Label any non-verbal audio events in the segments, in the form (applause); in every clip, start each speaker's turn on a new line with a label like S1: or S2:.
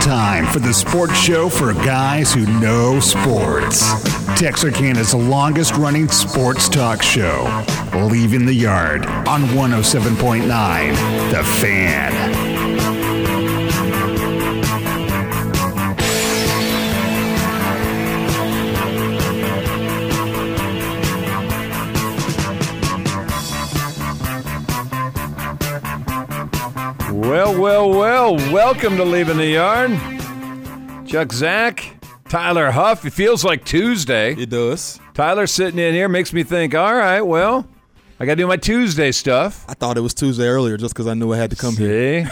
S1: time for the sports show for guys who know sports. Texarkana's longest running sports talk show. Leaving the Yard on 107.9 The Fan.
S2: Well, well, well, welcome to Leaving the Yarn. Chuck Zach, Tyler Huff. It feels like Tuesday.
S3: It does.
S2: Tyler sitting in here makes me think, all right, well, I got to do my Tuesday
S3: (laughs)
S2: stuff.
S3: I thought it was Tuesday earlier just because I knew I had to come here.
S2: See?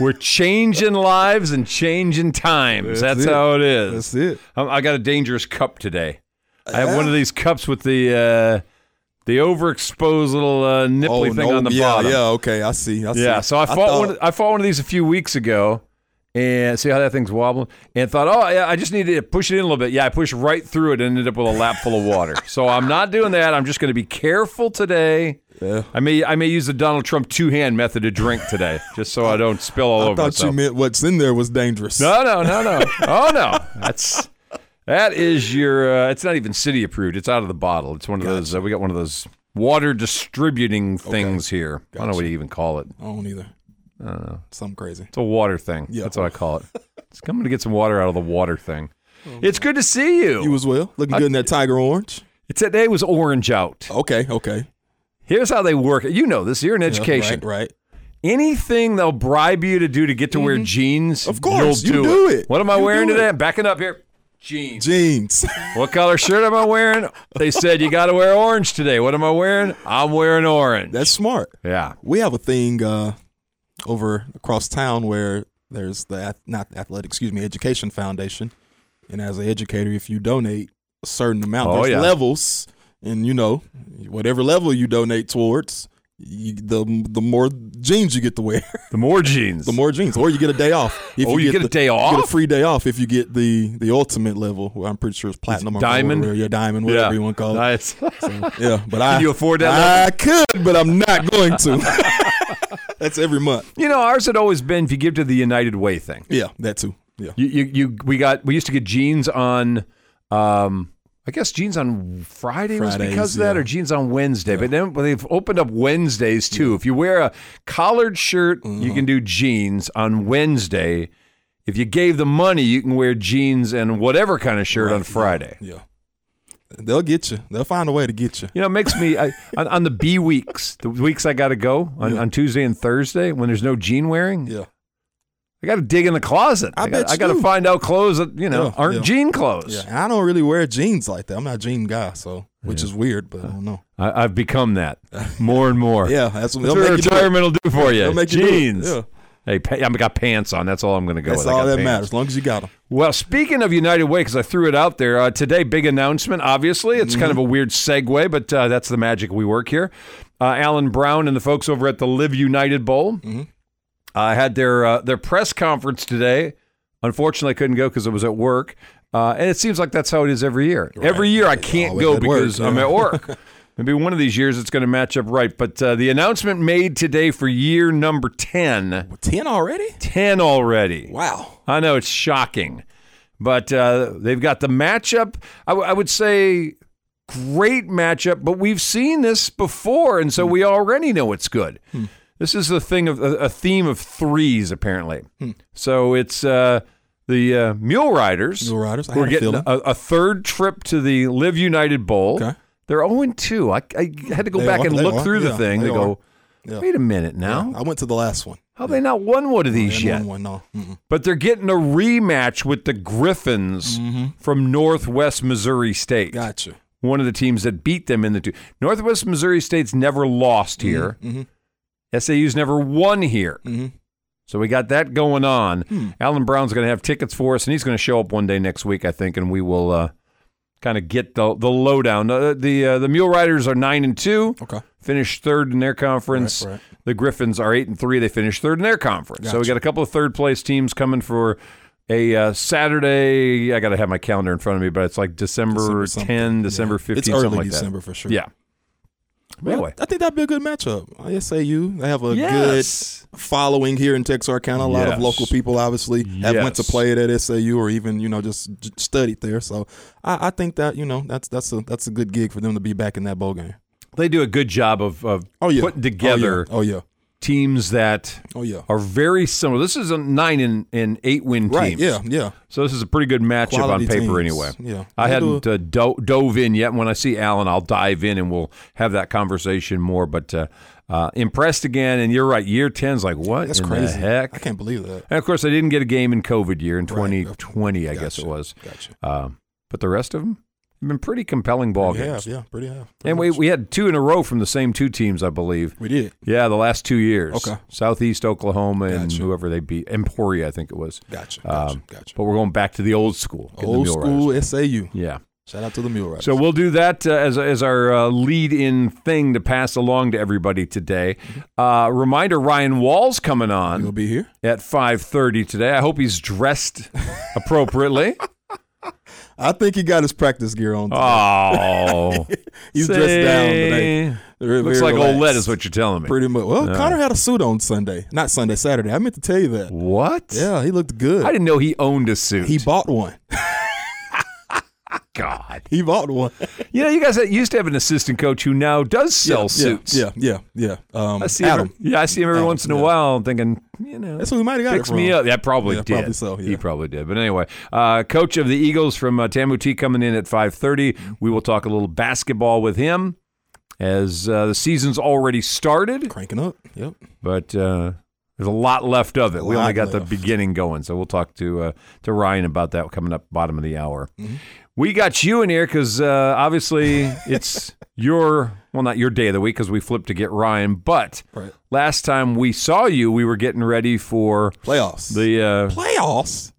S2: We're changing lives and changing times. That's,
S3: That's it.
S2: how it is.
S3: That's it.
S2: Um, I got a dangerous cup today. I have one of these cups with the uh, the overexposed little uh, nipply thing on the
S3: Oh, yeah,
S2: bottom.
S3: yeah, okay, I see. I see.
S2: Yeah, so I fought
S3: thought-
S2: one. I fought one of these a few weeks ago, and see how that thing's wobbling, and thought, oh, yeah, I just need to push it in a little bit. Yeah, I pushed right through it, and ended up with a lap full of
S3: (laughs)
S2: water. so I'm not doing that. I'm just going to be careful today.
S3: Yeah.
S2: I may I may use the Donald Trump two hand method to drink
S3: (laughs)
S2: today, just so I don't spill all
S3: I
S2: over
S3: thought
S2: myself.
S3: you meant what's in there was dangerous.
S2: no, no, no, no. Oh no, that's. That is your. Uh, it's not even city approved. It's out of the bottle. It's one of those. Uh, we got one of those water distributing things here. I don't know what you even call it.
S3: I don't either. Something crazy.
S2: It's a water thing. That's what I call it. It's coming to get some water out of the water thing. It's good to see you.
S3: Oh, You as well. Looking good in that tiger orange.
S2: Today was orange out.
S3: Okay, okay.
S2: Here's how they work. it. You know this. You're in
S3: Oh. Yeah,
S2: education.
S3: Right, right.
S2: Anything they'll bribe you to do to get to wear jeans,
S3: Mm-hmm. Of course,
S2: you'll
S3: you
S2: do,
S3: do
S2: it.
S3: it.
S2: What am I
S3: You
S2: wearing
S3: do
S2: today?
S3: it.
S2: I'm backing up here. Jeans.
S3: Jeans.
S2: (laughs)
S3: (laughs)
S2: What color shirt am I wearing? They said you got to wear orange today. What am I wearing? I'm wearing orange.
S3: That's smart.
S2: yeah.
S3: We have a thing uh, over across town where there's the ath- not athletic, excuse me, education foundation, and as an educator, if you donate a certain amount,
S2: Oh,
S3: there's
S2: yeah.
S3: levels, and you know whatever level you donate towards, you, the the more jeans you get to wear, (laughs)
S2: The more jeans.
S3: the more jeans, or you get a day off. If
S2: Oh, you get a
S3: the-
S2: day
S3: You get
S2: off?
S3: a free day off if you get the the ultimate level. Well, I'm pretty sure it's platinum, or gold,
S2: diamond?
S3: or yeah, diamond,
S2: yeah.
S3: whatever you want to call it.
S2: Nice. (laughs)
S3: Yeah, but I
S2: you afford that
S3: I could, but I'm not going to.
S2: (laughs)
S3: That's every month.
S2: you know, ours had always been if you give to the United Way thing.
S3: Yeah, that too. Yeah,
S2: You, you, you, we got, we used to get jeans on, um, I guess jeans on Friday was
S3: Fridays,
S2: because of that,
S3: yeah.
S2: or jeans on Wednesday. But then well, they've opened up Wednesdays too. If you wear a collared shirt, you
S3: Mm-hmm.
S2: can do jeans on Wednesday. If you gave the money, you can wear jeans and whatever kind of shirt on Friday.
S3: yeah. They'll get you. They'll find a way to get you.
S2: You know, it makes
S3: (laughs)
S2: me I, on, on the B weeks, the weeks I got to go on, on Tuesday and Thursday when there's no jean wearing.
S3: Yeah,
S2: I got to dig in the closet.
S3: I
S2: got,
S3: bet
S2: I
S3: you
S2: got to
S3: do.
S2: find out clothes that you know
S3: Yeah,
S2: aren't
S3: yeah.
S2: jean clothes.
S3: yeah. And I don't really wear jeans like that. I'm not a jean guy, so which is weird, but I don't know.
S2: I, I've become that more and
S3: (laughs)
S2: more.
S3: Yeah, that's what
S2: that's
S3: they'll make
S2: what
S3: you do it.
S2: retirement will do for you.
S3: They'll make you do it.
S2: Jeans.
S3: Yeah.
S2: Hey, pa- I've got pants on. That's all I'm going to go
S3: That's
S2: with. I
S3: all
S2: got
S3: that
S2: pants.
S3: matters, as long as you got them.
S2: Well, speaking of United Way, because I threw it out there uh, today, big announcement. Obviously, it's kind of a
S3: Mm-hmm.
S2: weird segue, but uh, that's the magic we work here. Uh, Alan Brown and the folks over at the Live United Bowl
S3: Mm-hmm.
S2: uh, had their uh, their press conference today. Unfortunately, I couldn't go because I was at work, uh, and it seems like that's how it is every year. Every year, I can't
S3: always
S2: go
S3: at work,
S2: because I'm
S3: yeah. (laughs)
S2: at work. Maybe one of these years it's going to match up right. But uh, the announcement made today for year number 10,
S3: Ten already?
S2: 10 already.
S3: Wow.
S2: I know it's shocking, but uh, they've got the matchup. I, w- I would say great matchup, but we've seen this before, and so
S3: Hmm.
S2: we already know it's good. This is the thing of a, a theme of threes, apparently.
S3: Hmm.
S2: So it's uh, the uh, Mule Riders.
S3: Mule Riders, I
S2: who are
S3: had a
S2: getting a,
S3: feeling.
S2: a third trip to the Live United Bowl.
S3: Okay.
S2: They're 0 2. I, I had to go
S3: They
S2: back
S3: are,
S2: and
S3: they
S2: look
S3: are,
S2: through the
S3: yeah,
S2: thing
S3: they
S2: to go,
S3: Yeah.
S2: wait a minute now.
S3: I went to the last one.
S2: How they not won one of these
S3: And
S2: yet?
S3: one, one, no. Mm-mm.
S2: But they're getting a rematch with the Griffins from Northwest Missouri State.
S3: Gotcha.
S2: One of the teams that beat them in the two. Northwest Missouri State's never lost here.
S3: mhm.
S2: SAU's never won here.
S3: Mhm.
S2: So we got that going on. Alan Brown's going to have tickets for us, and he's going to show up one day next week, I think, and we will uh, kind of get the the lowdown. Uh, the uh, the Mule Riders are nine and two
S3: Okay.
S2: finished third in their conference.
S3: Right, right.
S2: The Griffins are eight and three. They finished third in their conference. So we
S3: Gotcha.
S2: got a couple of third place teams coming for a uh, Saturday. I got to have my calendar in front of me, but it's like December,
S3: December something.
S2: 10, December
S3: Yeah.
S2: 15,
S3: It's early
S2: something like
S3: December for
S2: that.
S3: sure.
S2: Yeah. Anyway.
S3: I think that'd be a good matchup. SAU, they have a
S2: Yes.
S3: good following here in Texarkana. A lot
S2: Yes.
S3: of local people obviously have went to
S2: Yes.
S3: play it at SAU or even you know just j- studied there. So I, I think that you know that's that's a that's a good gig for them to be back in that bowl game.
S2: They do a good job of, of
S3: Oh yeah,
S2: putting together
S3: Oh yeah,
S2: teams that
S3: oh yeah, oh, yeah.
S2: are very similar. This is a nine and, and eight win team.
S3: right. Yeah, yeah.
S2: So this is a pretty good matchup
S3: Quality
S2: on
S3: teams.
S2: paper, anyway.
S3: Yeah.
S2: I
S3: They
S2: hadn't uh, do- dove in yet. When I see Alan, I'll dive in and we'll have that conversation more. But uh, uh, impressed again, and you're right. Year 10's like what
S3: That's
S2: in
S3: crazy.
S2: the heck?
S3: I can't believe that.
S2: And of course, I didn't get a game in COVID year in
S3: Right.
S2: 2020, I guess it
S3: Gotcha.
S2: was.
S3: Gotcha.
S2: Um, but the rest of them have been pretty compelling ball
S3: Pretty
S2: games.
S3: half, yeah, pretty half. Pretty
S2: And we,
S3: much.
S2: we had two in a row from the same two teams, I believe.
S3: we did.
S2: Yeah, the last two years.
S3: Okay.
S2: Southeast Oklahoma and
S3: Gotcha.
S2: whoever they beat, Emporia, I think it was.
S3: Gotcha. Gotcha.
S2: Um,
S3: gotcha.
S2: But we're going back to the old school. getting the
S3: Old
S2: Mule
S3: school
S2: Riders.
S3: SAU.
S2: Yeah.
S3: Shout out to the Mule Riders.
S2: So we'll do that uh, as, as our uh, lead in thing to pass along to everybody today.
S3: Mm-hmm.
S2: Uh, reminder Ryan Wall's coming
S3: you'll
S2: on
S3: be here.
S2: at 5:30 today. I hope
S3: (laughs)
S2: he's dressed appropriately.
S3: I think he got his practice gear on. Today.
S2: oh.
S3: He's dressed down today. Very-
S2: Looks
S3: very
S2: like
S3: relaxed.
S2: old lead is what you're telling me.
S3: Pretty much. Well, Connor had a suit on Sunday, not Sunday, Saturday. I meant to tell you that.
S2: What?
S3: Yeah, he looked good.
S2: I didn't know he owned a suit.
S3: he bought one. (laughs)
S2: God.
S3: He bought
S2: (laughs)
S3: one.
S2: You know, you guys used to have an assistant coach who now does sell
S3: yeah,
S2: suits.
S3: Yeah, yeah, yeah. Um,
S2: I see
S3: Adam.
S2: Him, yeah, I see him every
S3: Adam,
S2: once in a
S3: yeah.
S2: while. I'm thinking, you know,
S3: That's who we might have got
S2: fix
S3: it from.
S2: me up. Yeah, probably
S3: Yeah,
S2: did.
S3: probably so,
S2: He
S3: yeah.
S2: probably did. But anyway, uh, coach of the Eagles from uh, Tamuti coming in at 5:30. We will talk a little basketball with him as uh, the season's already started,
S3: Cranking up. Yep.
S2: but. Uh, there's a lot left of it. We
S3: lot
S2: only got
S3: left.
S2: the beginning going, so we'll talk to uh, to Ryan about that coming up bottom of the hour.
S3: Mm-hmm.
S2: We got you in here because uh, obviously
S3: (laughs)
S2: it's your well, not your day of the week because we flipped to get Ryan. But
S3: Right.
S2: last time we saw you, we were getting ready for
S3: Playoffs.
S2: the uh,
S3: playoffs.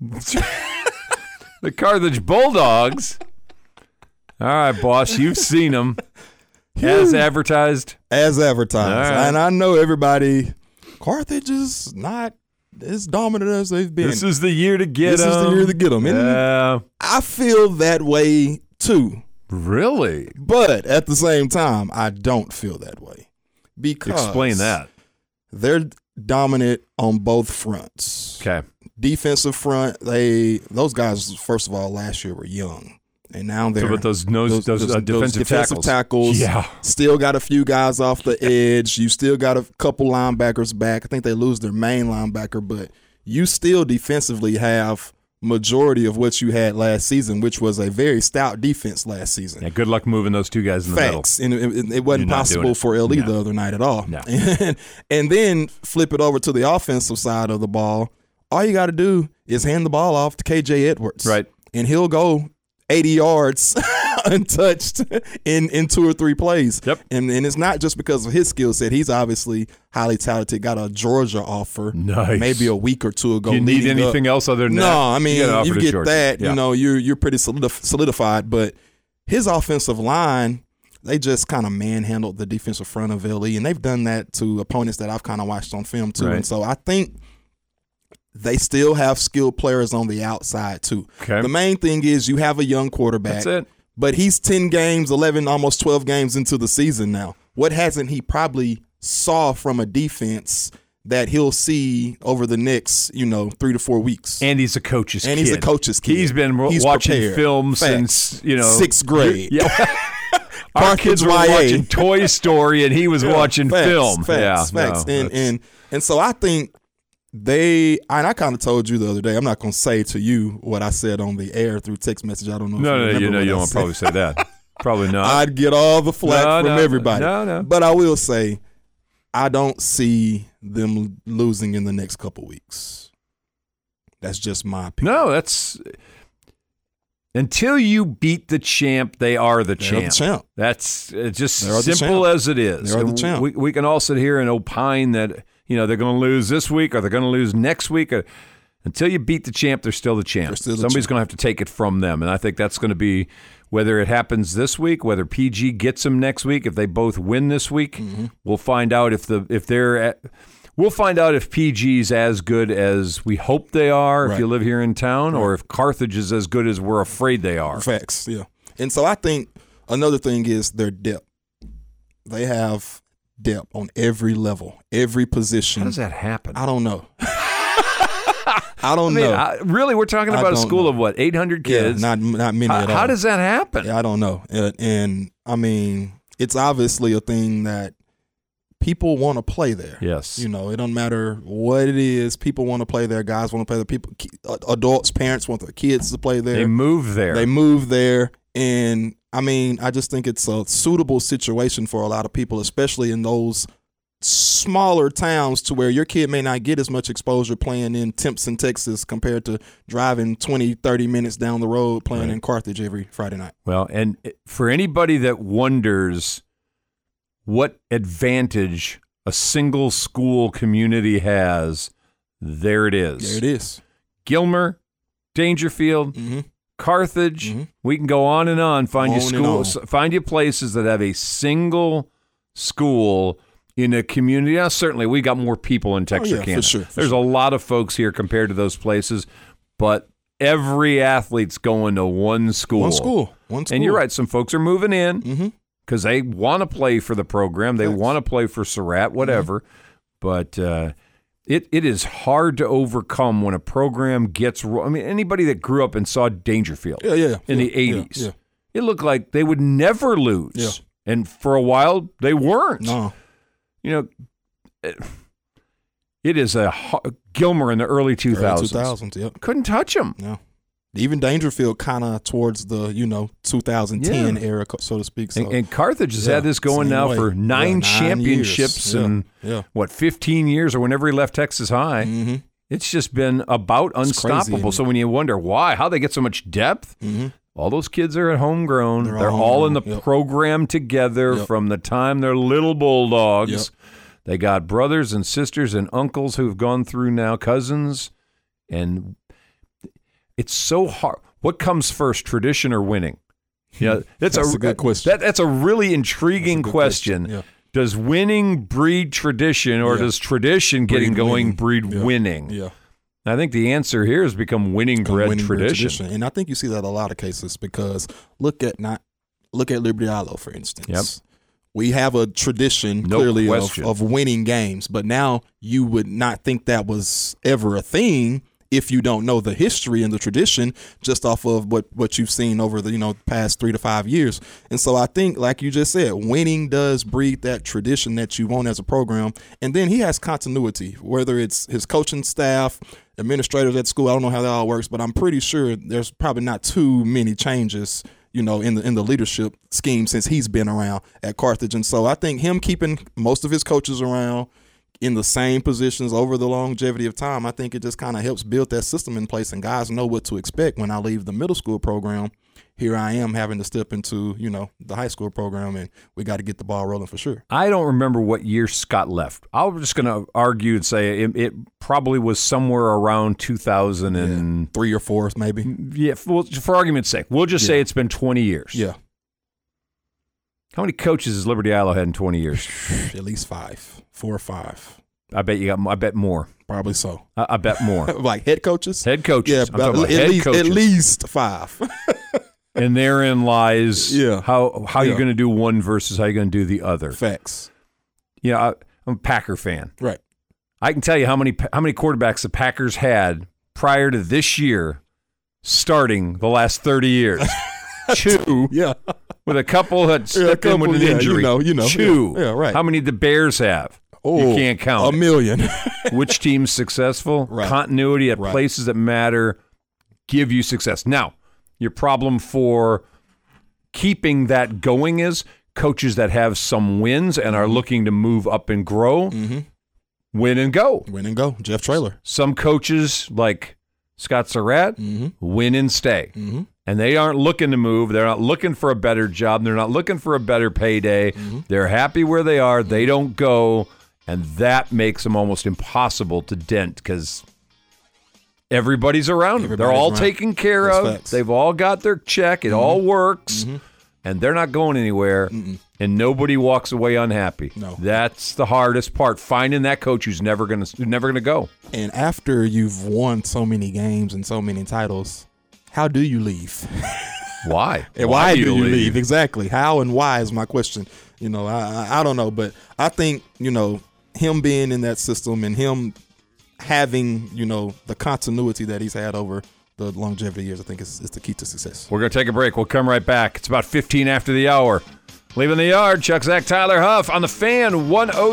S2: the Carthage Bulldogs. All right, boss, you've seen them as advertised.
S3: as advertised.
S2: All right.
S3: And I know everybody, Carthage is not as dominant as they've been.
S2: This is the year to get
S3: This is the
S2: 'em.
S3: year to get 'em, isn't it?
S2: Yeah.
S3: I feel that way too.
S2: Really?
S3: But at the same time, I don't feel that way. Because
S2: Explain that.
S3: They're dominant on both fronts.
S2: Okay.
S3: Defensive front, they those guys first of all last year were young. And now they're
S2: So, but those nose, those, uh, defensive,
S3: defensive
S2: tackles.
S3: tackles.
S2: Yeah.
S3: Still got a few guys off the edge. You still got a couple linebackers back. I think they lose their main linebacker, but you still defensively have majority of what you had last season, which was a very stout defense last season.
S2: Yeah. Good luck moving those two guys in the middle.
S3: Facts, and it, it- it wasn't
S2: You're not doing
S3: possible
S2: it.
S3: for LE the other night at all.
S2: No.
S3: (laughs) And, and then flip it over to the offensive side of the ball. All you got to do is hand the ball off to KJ Edwards,
S2: Right.
S3: And he'll go eighty yards (laughs) untouched in in two or three plays.
S2: Yep.
S3: And and it's not just because of his skill set. He's obviously highly talented. Got a Georgia offer,
S2: Nice.
S3: maybe a week or two ago.
S2: Do you need
S3: leading up.
S2: anything else other than that?
S3: No, I mean
S2: got
S3: you,
S2: offered to
S3: get
S2: Georgia.
S3: that.
S2: Yeah.
S3: You know, you're you're pretty solidif- solidified. But his offensive line, they just kind of manhandled the defensive front of LE, and they've done that to opponents that I've kind of watched on film too.
S2: Right.
S3: And so I think they still have skilled players on the outside too.
S2: Okay.
S3: The main thing is you have a young quarterback.
S2: That's it.
S3: But he's 10 games, 11, almost 12 games into the season now. What hasn't he probably saw from a defense that he'll see over the next, you know, three to four weeks?
S2: And he's a coach's
S3: And
S2: kid.
S3: he's a coach's kid.
S2: He's been wa-
S3: He's
S2: watching
S3: prepared.
S2: film
S3: Facts.
S2: since, you know.
S3: sixth grade.
S2: Yeah. Our kids were
S3: YA.
S2: watching Toy Story
S3: (laughs)
S2: and he was watching
S3: Facts,
S2: film.
S3: Facts,
S2: yeah,
S3: facts.
S2: no,
S3: and,
S2: that's-
S3: and and so I think they and I kind of told you the other day. I'm not going to say to you what I said on the air through text message. I don't know. if
S2: no, no,
S3: oh, remember
S2: you know
S3: what
S2: you
S3: I (laughs)
S2: don't
S3: said.
S2: probably say that. Probably not.
S3: I'd get all the flack
S2: No,
S3: from
S2: no,
S3: everybody.
S2: no, no.
S3: But I will say, I don't see them losing in the next couple weeks. That's just my opinion.
S2: no, that's until you beat the champ, they are
S3: They're
S2: the champ.
S3: the champ.
S2: That's uh, just
S3: They are the
S2: simple
S3: champ.
S2: as it is.
S3: They are the
S2: And
S3: champ.
S2: We, we can all sit here and opine that you know they're going to lose this week or they're going to lose next week. Or, until you beat the champ, they're still the champ.
S3: They're still the
S2: Somebody's
S3: champ.
S2: going to have to take it from them, and I think that's going to be whether it happens this week, whether PG gets them next week. If they both win this week,
S3: Mm-hmm.
S2: we'll find out if the if they're at. We'll find out if PG's as good as we hope they are if
S3: Right.
S2: you live here in town, or if Carthage is as good as we're afraid they are.
S3: Facts, yeah. And so I think another thing is their depth. they have depth on every level, every position.
S2: How does that happen?
S3: I don't know. (laughs) I don't
S2: I mean,
S3: know.
S2: I- really, we're talking
S3: I
S2: about a
S3: don't
S2: school
S3: know.
S2: of what, 800
S3: Yeah,
S2: kids?
S3: not not many
S2: how,
S3: at all.
S2: how does that happen?
S3: Yeah, I don't know. And, and I mean, it's obviously a thing that people want to play there.
S2: Yes.
S3: You know, it don't matter what it is. People want to play there. Guys want to play there. People, ki- adults, parents want their kids to play
S2: They
S3: there.
S2: move there.
S3: They move there, and I mean, I just think it's a suitable situation for a lot of people, especially in those smaller towns to where your kid may not get as much exposure playing in Timpson, Texas compared to driving 20, 30 minutes down the road playing in Carthage every Friday night.
S2: Well, and for anybody that wonders what advantage a single school community has, there it is.
S3: There it is.
S2: Gilmer, Dangerfield,
S3: Mm-hmm.
S2: Carthage.
S3: Mhm.
S2: We can go on and on. Find you
S3: On and
S2: schools. Find you places that have a single school in a community. Now, certainly, we got more people in Texarkana.
S3: Oh, for sure, for
S2: There's a lot of folks here compared to those places, but every athlete's going to one school.
S3: One school. One school.
S2: And you're right. Some folks are moving in
S3: Mm-hmm.
S2: because they want to play for the program. They
S3: Facts.
S2: want to play for Surratt,
S3: Mm-hmm.
S2: whatever. But uh, it it is hard to overcome when a program gets. ro- I mean, anybody that grew up and saw Dangerfield
S3: Yeah, yeah. yeah.
S2: in the
S3: Yeah,
S2: '80s,
S3: Yeah,
S2: it looked like they would never lose.
S3: Yeah.
S2: And for a while, they weren't.
S3: No.
S2: You know, it- it is a ho- Gilmer in the early 2000s.
S3: Early 2000s. Yep.
S2: Couldn't touch him.
S3: No. Even Dangerfield kind of towards the, you know, 2010
S2: Yeah.
S3: era, co- so to speak. So,
S2: And, and Carthage has
S3: yeah,
S2: had this going
S3: same
S2: now
S3: way.
S2: for
S3: Yeah,
S2: nine championships
S3: years. Yeah,
S2: and
S3: yeah.
S2: what 15 years or whenever he left Texas High.
S3: Mm-hmm.
S2: It's just been about
S3: It's crazy,
S2: unstoppable.
S3: isn't it?
S2: so when you wonder why, how they get so much depth,
S3: Mm-hmm.
S2: all those kids are at homegrown. They're,
S3: They're all
S2: all in the
S3: homegrown, yep.
S2: program together
S3: Yep.
S2: from the time they're little bulldogs.
S3: Yep.
S2: They got brothers and sisters and uncles who've gone through now, cousins, and it's so hard. What comes first, tradition or winning? Yeah, that's,
S3: Hmm.
S2: uh,
S3: That's a good question.
S2: That, that's a really intriguing
S3: good
S2: question.
S3: question, yeah.
S2: Does winning breed tradition, or
S3: Yeah.
S2: does tradition getting
S3: Breed
S2: going
S3: winning.
S2: breed
S3: Yeah.
S2: winning?
S3: Yeah.
S2: I think the answer here has become winning bread
S3: winning bread
S2: tradition.
S3: And I think you see that in a lot of cases because look at not look at Liberty Islo, for instance.
S2: Yep.
S3: We have a tradition
S2: No
S3: clearly of,
S2: question.
S3: of winning games, but now you would not think that was ever a thing if you don't know the history and the tradition just off of what, what you've seen over the you know past three to five years. And so I think, like you just said, winning does breed that tradition that you want as a program. And then he has continuity, whether it's his coaching staff, administrators at school. I don't know how that all works, but I'm pretty sure there's probably not too many changes, you know, in the in the leadership scheme since he's been around at Carthage. And so I think him keeping most of his coaches around in the same positions over the longevity of time, I think it just kind of helps build that system in place and guys know what to expect when I leave the middle school program. Here I am having to step into, you know, the high school program and we got to get the ball rolling for sure.
S2: I don't remember what year Scott left. I'm just going to argue and say it, it probably was somewhere around 2000 and
S3: Three or fourth maybe.
S2: yeah. well, for argument's sake, we'll just say
S3: Yeah.
S2: it's been 20 years.
S3: Yeah.
S2: How many coaches has Liberty Islo had in
S3: (laughs)
S2: 20 years?
S3: At least five, four or five.
S2: I bet you got. I bet more.
S3: Probably so.
S2: I, I bet
S3: (laughs)
S2: more.
S3: like head coaches.
S2: head coaches.
S3: Yeah,
S2: I'm talking
S3: about-
S2: about
S3: at,
S2: head
S3: least,
S2: coaches.
S3: at least five.
S2: (laughs) And therein lies
S3: Yeah.
S2: how how you're
S3: Yeah.
S2: going to do one versus how you're going to do the other.
S3: Facts.
S2: You know, I, I'm a Packer fan.
S3: Right.
S2: I can tell you how many how many quarterbacks the Packers had prior to this year starting the last 30 years.
S3: (laughs)
S2: Two
S3: Yeah. (laughs)
S2: with a couple that stepped in
S3: couple,
S2: with an
S3: yeah, you
S2: injury.
S3: know, you know, yeah,
S2: Two.
S3: yeah, right.
S2: How many did the Bears have? you can't count.
S3: Oh, A
S2: it. (laughs)
S3: million.
S2: Which team's successful?
S3: Right.
S2: Continuity at
S3: Right.
S2: places that matter give you success. Now, your problem for keeping that going is coaches that have some wins and are looking to move up and grow,
S3: Mm-hmm.
S2: win and go.
S3: Win and go. Jeff Trailer.
S2: Some coaches, like Scott Surratt,
S3: Mm-hmm.
S2: win and stay. And they aren't looking to move. They're not looking for a better job. They're not looking for a better payday.
S3: Mm-hmm.
S2: They're happy where they are. They don't go. And that makes them almost impossible to dent because everybody's around them. They're
S3: Everybody's
S2: all
S3: around.
S2: taken care
S3: That's
S2: of.
S3: facts. Mm-hmm.
S2: They've all got their check. It all works. And they're not going anywhere. And nobody walks away unhappy.
S3: No.
S2: That's the hardest part. Finding that coach who's never gonna who's never gonna go.
S3: And
S2: (laughs)
S3: after you've won so many games and so many titles, how do you leave?
S2: Why?
S3: And (laughs) why, do you leave? Exactly. How and why is my question. You know, I, I I don't know, but I think you know him being in that system and him having you know the continuity that he's had over the longevity years, I think is, is the key to success.
S2: We're going to take a break. We'll come right back. It's about 15 after the hour. Leaving the yard, Chuck Zach Tyler Huff on the fan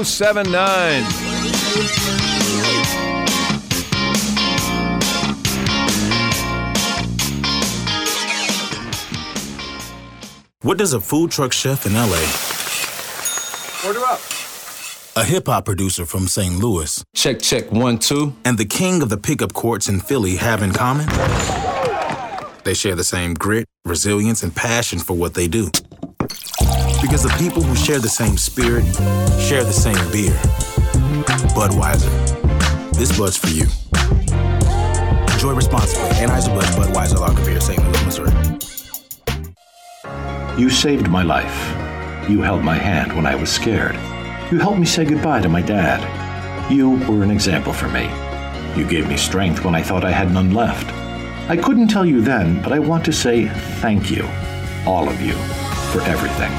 S2: 1079.
S4: What does a food truck chef in LA,
S2: Order up.
S4: a hip hop producer from St. Louis,
S5: Check, check, one, two.
S4: and the king of the pickup courts in Philly have in common? They share the same grit, resilience, and passion for what they do. Because the people who share the same spirit share the same beer. Budweiser. This bud's for you. Enjoy responsibly. Anheuser-Busch Budweiser Lager Beer, St. Louis, Missouri.
S6: You saved my life. You held my hand when I was scared. You helped me say goodbye to my dad. You were an example for me. You gave me strength when I thought I had none left. I couldn't tell you then, but I want to say thank you, all of you, for everything.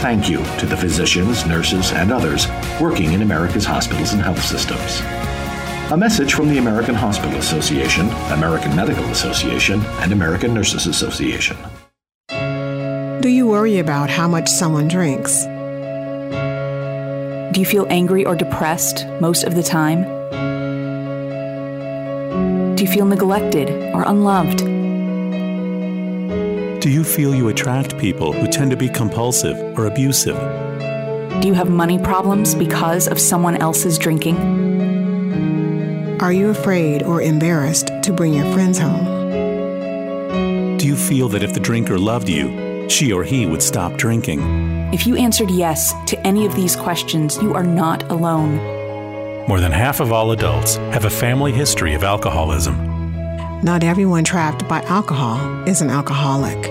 S6: Thank you to the physicians, nurses, and others working in America's hospitals and health systems. A message from the American Hospital Association, American Medical Association, and American Nurses Association.
S7: Do you worry about how much someone drinks?
S8: Do you feel angry or depressed most of the time? Do you feel neglected or unloved?
S9: Do you feel you attract people who tend to be compulsive or abusive?
S8: Do you have money problems because of someone else's drinking?
S7: Are you afraid or embarrassed to bring your friends home?
S9: Do you feel that if the drinker loved you, she or he would stop drinking?
S8: If you answered yes to any of these questions, you are not alone.
S9: More than half of all adults have a family history of alcoholism.
S7: Not everyone trapped by alcohol is an alcoholic.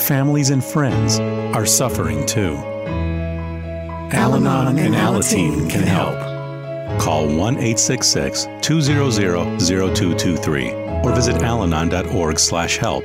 S9: Families and friends are suffering too. Al Anon and Alateen can help. Call 1 866 200 0223 or visit alanon.org slash help.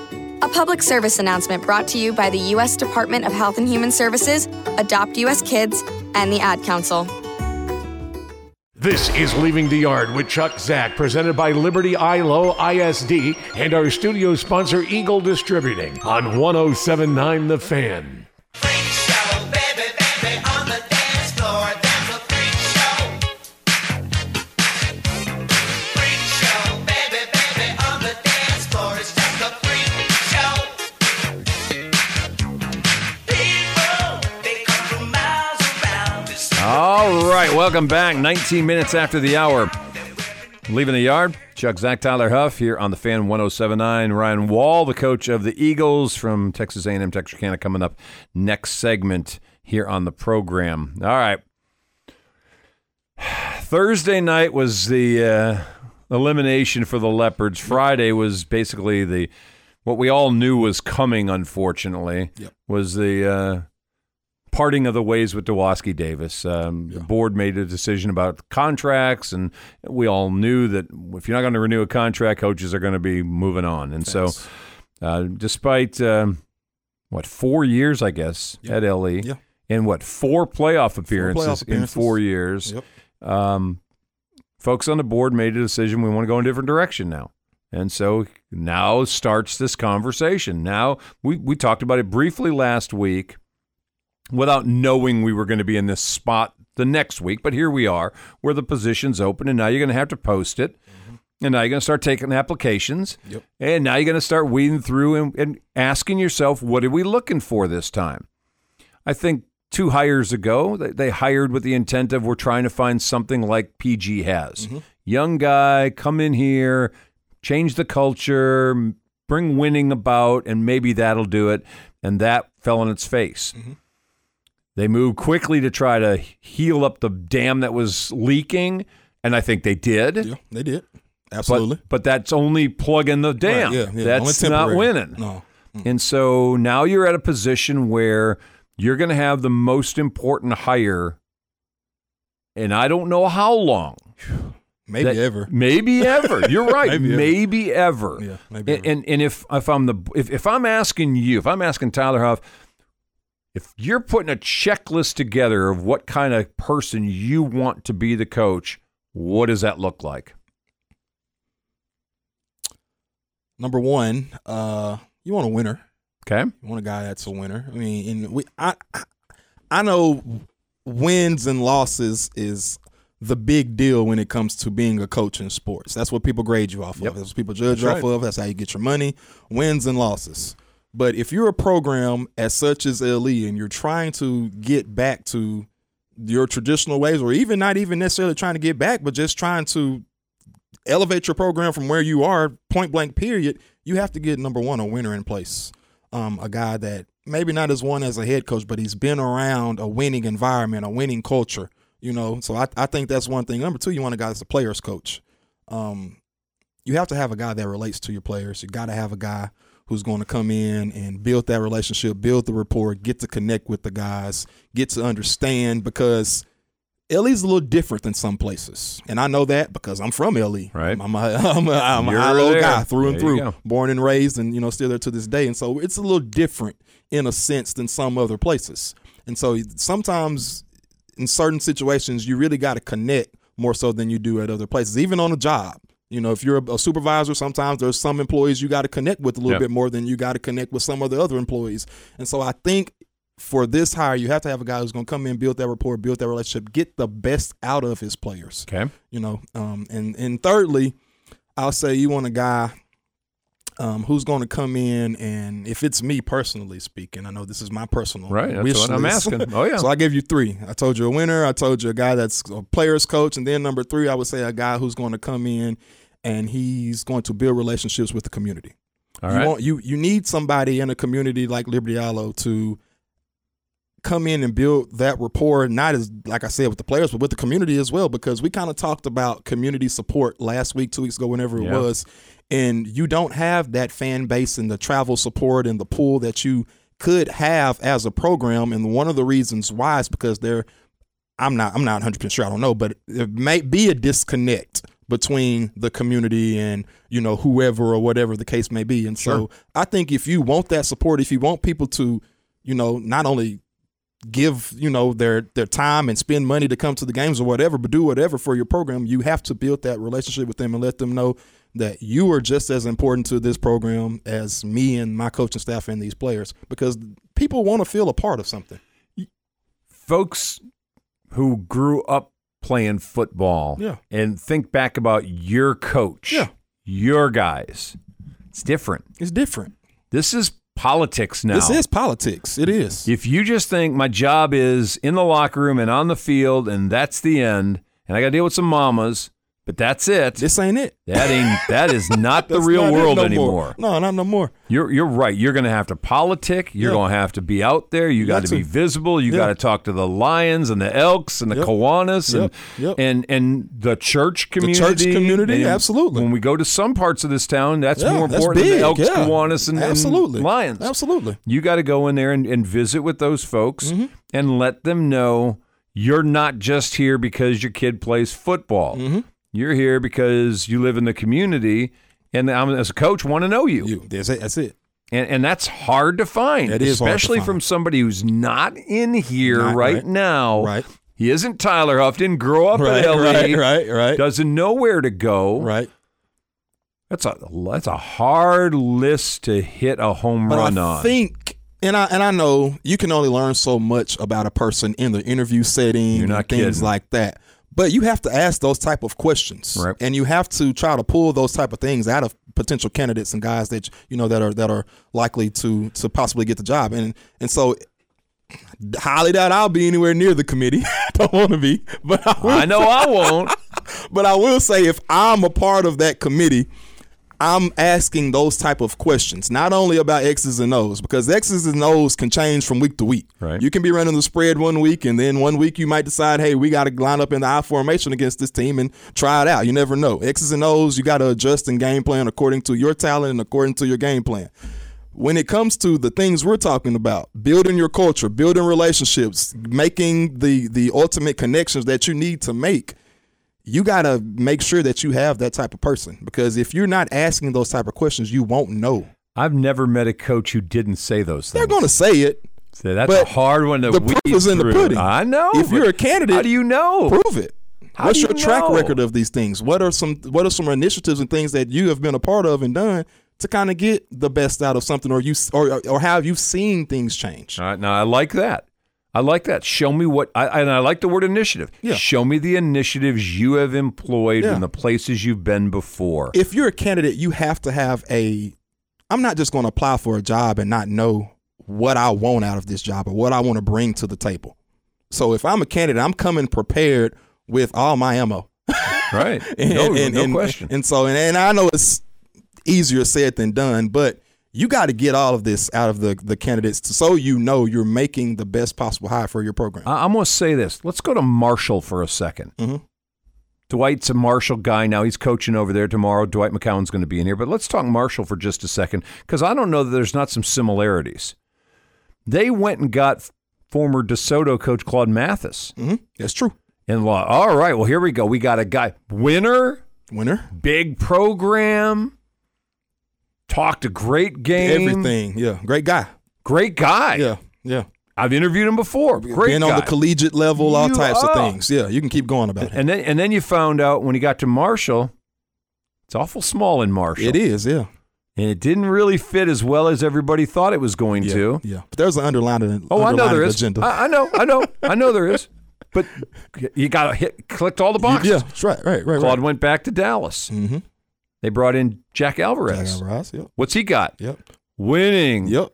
S10: A public service announcement brought to you by the U.S. Department of Health and Human Services, Adopt U.S. Kids, and the Ad Council.
S11: This is Leaving the Yard with Chuck Zack, presented by Liberty ILO ISD and our studio sponsor Eagle Distributing on 1079 The Fan.
S2: All right, welcome back. 19 minutes after the hour. Leaving the yard, Chuck Zach Tyler Huff here on the Fan 1079. Ryan Wall, the coach of the Eagles from Texas A&M Texarkana, coming up next segment here on the program. All right, Thursday night was the uh, elimination for the Leopards. Friday was basically the what we all knew was coming. Unfortunately, was the uh, parting of the ways with Dawoski Davis. Um, The board made a decision about contracts, and we all knew that if you're not going to renew a contract, coaches are going to be moving on. And so, uh, despite um, what four years, I guess, at LE,
S3: Yeah.
S2: and what four playoff appearances,
S3: appearances.
S2: in four years,
S3: Yep.
S2: um, folks on the board made a decision. We want to go in a different direction now. And so now starts this conversation. Now, we, we talked about it briefly last week without knowing we were going to be in this spot the next week. But here we are, where the position's open, and now you're going to have to post it. And now you're going to start taking applications.
S3: Yep.
S2: And now you're going to start weeding through and, and asking yourself, what are we looking for this time? I think two hires ago, they, they hired with the intent of we're trying to find something like PG has. Young guy, come in here, change the culture, m- bring winning about, and maybe that'll do it. And that fell on its face. They moved quickly to try to heal up the dam that was leaking, and I think they did.
S3: Yeah, they did. Absolutely.
S2: But, but that's only plugging the dam.
S3: Right, yeah, yeah,
S2: That's
S3: only
S2: not
S3: temporary.
S2: winning.
S3: No.
S2: And so now you're at a position where you're going to have the most important hire, and I don't know how long.
S3: Maybe
S2: That-
S3: ever.
S2: Maybe
S3: (laughs)
S2: ever. You're right.
S3: Maybe ever.
S2: maybe, ever.
S3: Yeah, maybe
S2: and, and and if if I'm the if, if I'm asking you, if I'm asking Tyler Huff, if you're putting a checklist together of what kind of person you want to be the coach, what does that look like?
S3: Number one, uh, you want a winner.
S2: Okay.
S3: You want a guy that's a winner. I mean, and we, I, I- I know wins and losses is the big deal when it comes to being a coach in sports. That's what people grade you off of. That's what people judge you
S2: That's
S3: off
S2: right.
S3: of. That's how you get your money. Wins and losses. But if you're a program as such as LE and you're trying to get back to your traditional ways, or even not even necessarily trying to get back, but just trying to elevate your program from where you are, point blank, period, you have to get number one, a winner in place. Um, a guy that maybe not as one as a head coach, but he's been around a winning environment, a winning culture, you know. So I, I think that's one thing. Number two, you want a guy that's a player's coach. Um, you have to have a guy that relates to your players. You got to have a guy who's going to come in and build that relationship, build the rapport, get to connect with the guys, get to understand because LE's a little different than some places. And I know that because I'm from LE. Right. I'm a, (laughs) I'm a, I'm a
S2: You're
S3: high low
S2: there.
S3: guy through and
S2: There you
S3: through
S2: go.
S3: born and raised and you know still there to this day and so it's a little different in a sense than some other places and so sometimes in certain situations you really got to connect more so than you do at other places even on a job you know if you're a, a supervisor sometimes there's some employees you got to connect with a little
S2: Yeah.
S3: bit more than you got to connect with some of the other employees and so i think for this hire you have to have a guy who's going to come in build that rapport build that relationship get the best out of his players
S2: Okay.
S3: you know um, and and thirdly i'll say you want a guy um, who's going to come in and if it's me personally speaking i know this is my personal
S2: Right, that's
S3: wish
S2: what I'm
S3: list. (laughs)
S2: asking. Oh, yeah.
S3: so i gave you three i told you a winner i told you a guy that's a player's coach and then number three i would say a guy who's going to come in and he's going to build relationships with the community
S2: All
S3: you
S2: right.
S3: want you you need somebody in a community like Liberty Allo to come in and build that rapport, not as like I said with the players, but with the community as well, because we kind of talked about community support last week, two weeks ago, whenever it
S2: Yeah.
S3: was, and you don't have that fan base and the travel support and the pool that you could have as a program, and one of the reasons why is because they're I'm not I'm not 100% sure I don't know but it may be a disconnect between the community and you know whoever or whatever the case may be and so I think if you want that support if you want people to you know not only give you know their their time and spend money to come to the games or whatever but do whatever for your program you have to build that relationship with them and let them know that you are just as important to this program as me and my coaching staff and these players because people want to feel a part of something
S2: folks who grew up playing football
S3: Yeah.
S2: and think back about your coach,
S3: Yeah.
S2: your guys, it's different.
S3: it's different
S2: This is politics now.
S3: This is politics. It is.
S2: If you just think my job is in the locker room and on the field and that's the end, and I got to deal with some mamas, but that's it.
S3: This ain't it.
S2: That ain't that
S3: (laughs)
S2: is not the
S3: That's
S2: real
S3: not it
S2: world
S3: no more.
S2: anymore.
S3: No, not no more.
S2: You're you're right. You're going to have to politic. You're
S3: Yeah.
S2: going to have to be out there. You got
S3: got
S2: to be
S3: to.
S2: visible. You
S3: Yeah.
S2: got to talk to the Lions and the Elks and the
S3: Yep.
S2: Kiwanis and,
S3: Yep. Yep.
S2: and and the
S3: church
S2: church community.
S3: community,
S2: And
S3: absolutely.
S2: When we go to some parts of this town, that's
S3: Yeah,
S2: more
S3: that's
S2: important than
S3: big,
S2: the Elks,
S3: yeah.
S2: Kiwanis, and, and
S3: Absolutely.
S2: Lions.
S3: Absolutely.
S2: You got to go in there and, and visit with those folks
S3: Mm-hmm.
S2: and let them know you're not just here because your kid plays football.
S3: Mm-hmm.
S2: You're here because you live in the community, and I'm, as a coach, want to know you.
S3: You. That's it. That's it.
S2: And, and that's hard to find,
S3: That is hard to
S2: especially
S3: find.
S2: from somebody who's not in here
S3: Not
S2: right,
S3: right.
S2: now.
S3: Right.
S2: He isn't Tyler Huff, didn't grow Oh. up
S3: Right,
S2: in LA,
S3: right, right, right.
S2: doesn't know where to go.
S3: Right.
S2: That's a that's a hard list to hit a home
S3: But
S2: run
S3: I
S2: on.
S3: think And I and I know you can only learn so much about a person in the interview setting
S2: You're not
S3: and things
S2: kidding.
S3: like that. But you have to ask those type of questions,
S2: Right.
S3: and you have to try to pull those type of things out of potential candidates and guys that you know that are that are likely to to possibly get the job. And and so, highly doubt I'll be anywhere near the committee. (laughs) Don't want to be, but I, will
S2: I know
S3: (laughs)
S2: I won't.
S3: but I will say if I'm a part of that committee, I'm asking those type of questions, not only about X's and O's, because X's and O's can change from week to week. Right. You can be running the spread one week, and then one week you might decide, hey, we got to line up in the I formation against this team and try it out. You never know. X's and O's, you got to adjust and game plan according to your talent and according to your game plan when it comes to the things we're talking about building your culture building relationships making the the ultimate connections that you need to make you got to make sure that you have that type of person because if you're not asking those type of questions you won't know
S2: I've never met a coach who didn't say those things.
S3: they're going to say it
S2: So that's
S3: but
S2: a hard one to
S3: the
S2: weed
S3: proof is in
S2: through.
S3: the pudding
S2: I know.
S3: if you're a
S2: but
S3: candidate
S2: how do you know?
S3: prove it
S2: Oh. How
S3: what's
S2: do
S3: your
S2: you
S3: track
S2: know?
S3: record of these things what are some what are some initiatives and things that you have been a part of and done to kind of get the best out of something or you or or how have you seen things change
S2: All right, now I like that. I like that. Show me what, I, and I like the word initiative.
S3: Yeah.
S2: Show me the initiatives you have employed
S3: Yeah.
S2: in the places you've been before.
S3: if you're a candidate, you have to have a. I'm not just going to apply for a job and not know what I want out of this job or what I want to bring to the table. So if I'm a candidate, I'm coming prepared with all my ammo. (laughs)
S2: right?
S3: And,
S2: no,
S3: and-
S2: no
S3: and-
S2: question.
S3: And so, and, and I know it's easier said than done, but you got to get all of this out of the, the candidates so you know you're making the best possible hire for your program.
S2: I- I'm going to say this. Let's go to Marshall for a 2nd
S3: Mhm.
S2: Dwight's a Marshall guy now. He's coaching over there tomorrow. Dwight McCown's going to be in here. But let's talk Marshall for just a second because I don't know that there's not some similarities. They went and got f- former DeSoto coach Claude Mathis
S3: hmm That's true.
S2: in law. All right. Well, here we go. We got a guy, winner,
S3: Winner.
S2: big program, talked a great game.
S3: Everything. Yeah. Great guy.
S2: Great guy.
S3: Yeah. Yeah.
S2: I've interviewed him before. Great
S3: Being on
S2: guy.
S3: the collegiate level, all
S2: You
S3: types
S2: are.
S3: of things. Yeah, you can keep going about it.
S2: And then and then you found out when he got to Marshall, it's awful small in Marshall.
S3: It is, yeah.
S2: And it didn't really fit as well as everybody thought it was going
S3: yeah,
S2: to.
S3: Yeah. But there's an underlying,
S2: Oh, I know there is.
S3: agenda.
S2: I, I know, I know, I know there is. But you got to hit, clicked all the boxes.
S3: Yeah, that's right, right, right,
S2: Claude
S3: right.
S2: went back to Dallas.
S3: Mm-hmm.
S2: They brought in Jack Alvarez.
S3: Yep.
S2: What's he got?
S3: Yep.
S2: Winning.
S3: Yep.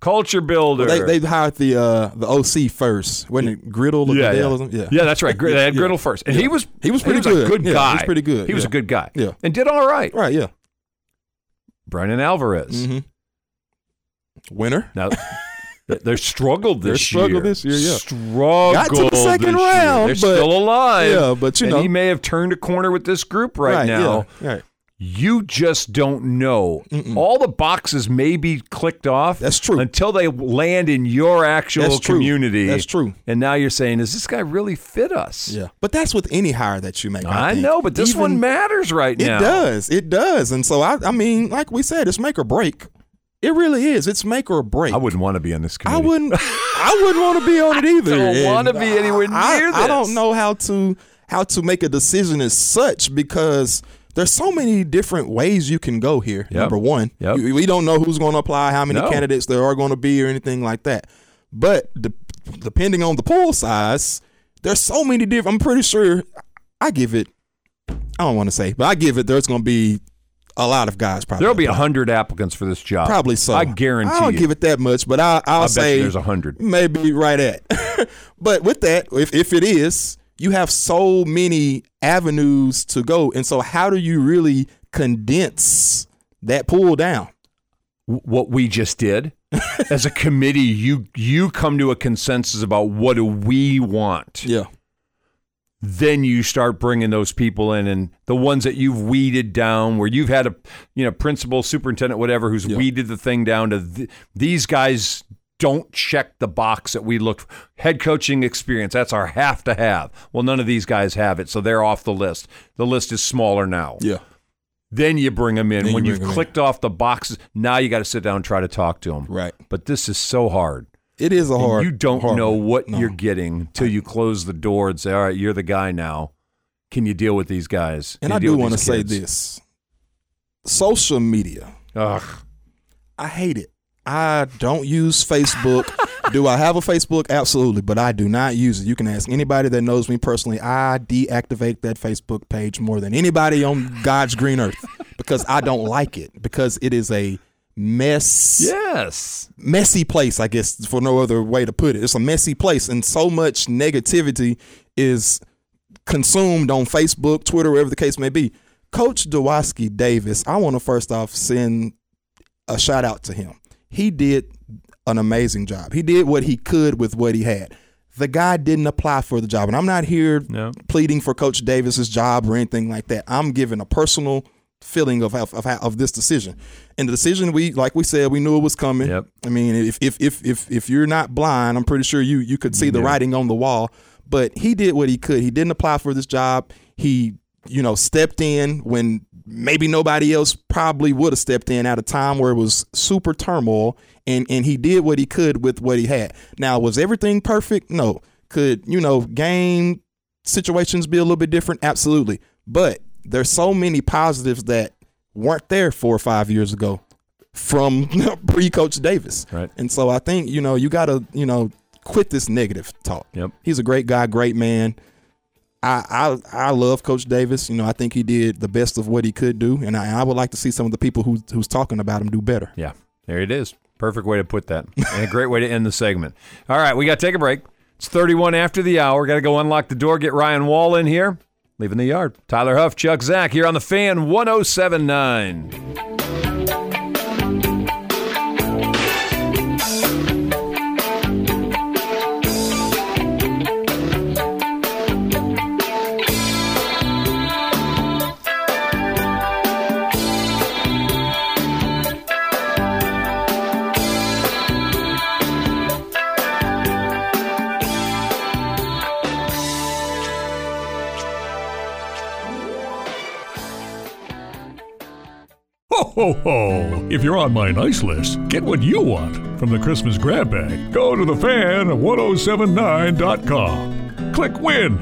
S2: Culture builder.
S3: They, they hired the uh, the OC first, wasn't it? Griddle or
S2: yeah,
S3: Goodell
S2: yeah.
S3: or something? Yeah.
S2: yeah, that's right. Gr- They had
S3: Yeah.
S2: Griddle first, and
S3: Yeah.
S2: he was
S3: He was
S2: and
S3: pretty
S2: A
S3: good.
S2: good
S3: Yeah, he
S2: guy.
S3: was pretty good,
S2: He was
S3: yeah.
S2: a good guy.
S3: Yeah.
S2: and did all right.
S3: Right, yeah.
S2: Brennan Alvarez.
S3: hmm Winner.
S2: Now, (laughs) th- they struggled
S3: They
S2: this
S3: struggled
S2: year.
S3: this year, yeah.
S2: Struggled
S3: Got to the second
S2: this year.
S3: round,
S2: They're
S3: but-
S2: still alive.
S3: yeah, but you
S2: and
S3: know.
S2: he may have turned a corner with this group right, now.
S3: Yeah, right.
S2: You just don't know.
S3: Mm-mm.
S2: All the boxes may be clicked off.
S3: That's true.
S2: Until they land in your actual
S3: That's true.
S2: community.
S3: That's true.
S2: And now you're saying, is this guy really fit us?
S3: Yeah. But that's with any hire that you make. I,
S2: I,
S3: think.
S2: know, but this
S3: Even-
S2: one matters right
S3: It
S2: now.
S3: does. It does. And so I I mean, like we said, it's make or break. It really is. It's make or break.
S2: I wouldn't want to be on this
S3: I
S2: committee.
S3: wouldn't. I wouldn't want to be
S2: (laughs)
S3: on it either.
S2: don't
S3: And
S2: wanna be anywhere
S3: I,
S2: near
S3: I
S2: this.
S3: don't know how to how to make a decision as such because there's so many different ways you can go here.
S2: Yep.
S3: Number one,
S2: Yep.
S3: you- we don't know who's going to apply, how many
S2: No.
S3: candidates there are going to be, or anything like that. But de- depending on the pool size, there's so many different. I'm pretty sure I give it. I don't want to say, but I give it. There's going to be a lot of guys probably.
S2: There'll be
S3: apply.
S2: hundred applicants for this job.
S3: Probably so.
S2: I guarantee
S3: I don't
S2: you.
S3: give it that much, but I, I'll
S2: I bet you
S3: say
S2: there's 100.
S3: maybe right at. (laughs) but with that, if if it is, you have so many avenues to go, and so how do you really condense that pool down?
S2: w- what we
S3: (laughs)
S2: just did as a committee you you come to a consensus about what do we want
S3: Yeah,
S2: then you start bringing those people in and the ones that you've weeded down where you've had a you know principal superintendent whatever who's
S3: Yeah.
S2: weeded the thing down to th- these guys don't check the box that we looked head coaching experience that's our have to have well none of these guys have it so they're off the list the list is smaller now
S3: yeah,
S2: then you bring them in
S3: Then
S2: when
S3: you
S2: you've
S3: bring 'em in.
S2: clicked off the boxes now you got to sit down and try to talk to them
S3: right.
S2: but this is so hard.
S3: It is a
S2: And
S3: hard.
S2: you don't
S3: hard
S2: know
S3: one.
S2: what
S3: No.
S2: you're getting till you close the door and say, "All right, you're the guy now. Can you deal with these guys?"
S3: And
S2: Can
S3: I
S2: you deal
S3: do
S2: with
S3: want to
S2: these
S3: say
S2: kids?"
S3: this: social media.
S2: Ugh.
S3: I hate it. I don't use Facebook. do I have a Facebook? Absolutely, but I do not use it. You can ask anybody that knows me personally. I deactivate that Facebook page more than anybody on God's green earth because I don't like it because it is a mess.
S2: Yes.
S3: Messy place, I guess, for no other way to put it. It's a messy place, and so much negativity is consumed on Facebook, Twitter, wherever the case may be. Coach Dawaski Davis, I want to first off send a shout out to him. He did an amazing job. He did what he could with what he had. The guy didn't apply for the job, and I'm not here pleading for Coach Davis's job or anything like that. I'm giving a personal feeling of of, of of this decision, and the decision we like we said we knew it was coming. Yep. I mean, if if if if if you're not blind, I'm pretty sure you you could see the writing on the wall. But he did what he could. He didn't apply for this job. He you know stepped in when maybe nobody else probably would have stepped in at a time where it was super turmoil and and he did what he could with what he had now was everything perfect no could you know game situations be a little bit different absolutely but there's so many positives that weren't there four or five years ago from (laughs) pre coach davis right and so i think you know you gotta you know quit this negative talk yep he's a great guy great man I, I I love Coach Davis. You know, I think he did the best of what he could do, and I, I would like to see some of the people who who's talking about him do better.
S2: Yeah, there it is. Perfect way to put that, and a great way to end the segment. All right, we got to take a break. It's 31 after the hour. Got to go unlock the door, get Ryan Wall in here, leaving the yard. Tyler Huff, Chuck Zach here on the fan 1079.
S5: Ho, ho, ho. If you're on my nice list, get what you want from the Christmas grab bag. Go to thefan1079.com. Click win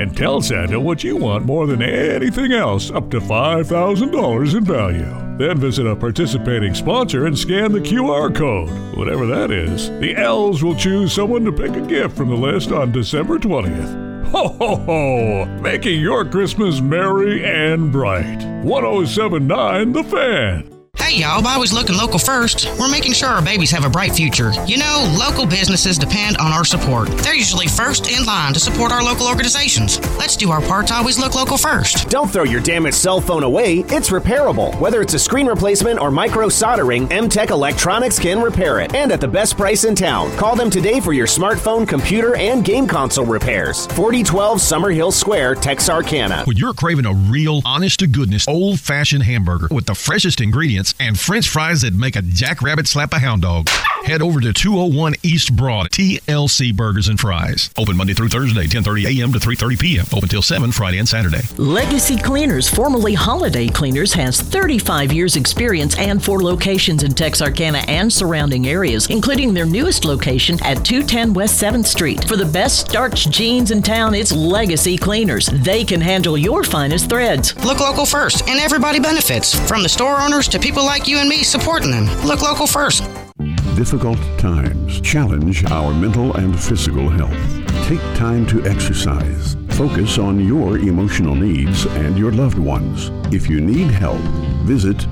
S5: and tell Santa what you want more than anything else up to $5,000 in value. Then visit a participating sponsor and scan the QR code, whatever that is. The elves will choose someone to pick a gift from the list on December 20th. Ho ho ho! Making your Christmas merry and bright. 1079 The Fan.
S12: Hey y'all, I was looking local first. We're making sure our babies have a bright future. You know, local businesses depend on our support. They're usually first in line to support our local organizations. Let's do our part to always look local first.
S13: Don't throw your damaged cell phone away. It's repairable. Whether it's a screen replacement or micro soldering, MTech Electronics can repair it. And at the best price in town. Call them today for your smartphone, computer, and game console repairs. 4012 Summerhill Square, Texarkana.
S14: When you're craving a real, honest to goodness, old fashioned hamburger with the freshest ingredients and french fries that make a jackrabbit slap a hound dog, head over to 201 East Broad, TLC Burgers and Fries. Open Monday through Thursday, 10:30 a.m. to 3:30 p.m. Open till 7 Friday and Saturday.
S15: Legacy Cleaners, formerly Holiday Cleaners, has 35 years' experience and four locations in Texarkana and surrounding areas, including their newest location at 210 West 7th Street. For the best starch jeans in town, it's Legacy Cleaners. They can handle your finest threads.
S12: Look local first, and everybody benefits from the store owners to people like you and me supporting them. Look local first.
S16: Difficult times challenge our mental and physical health. Take time to exercise. Focus on your emotional needs and your loved ones. If you need help, visit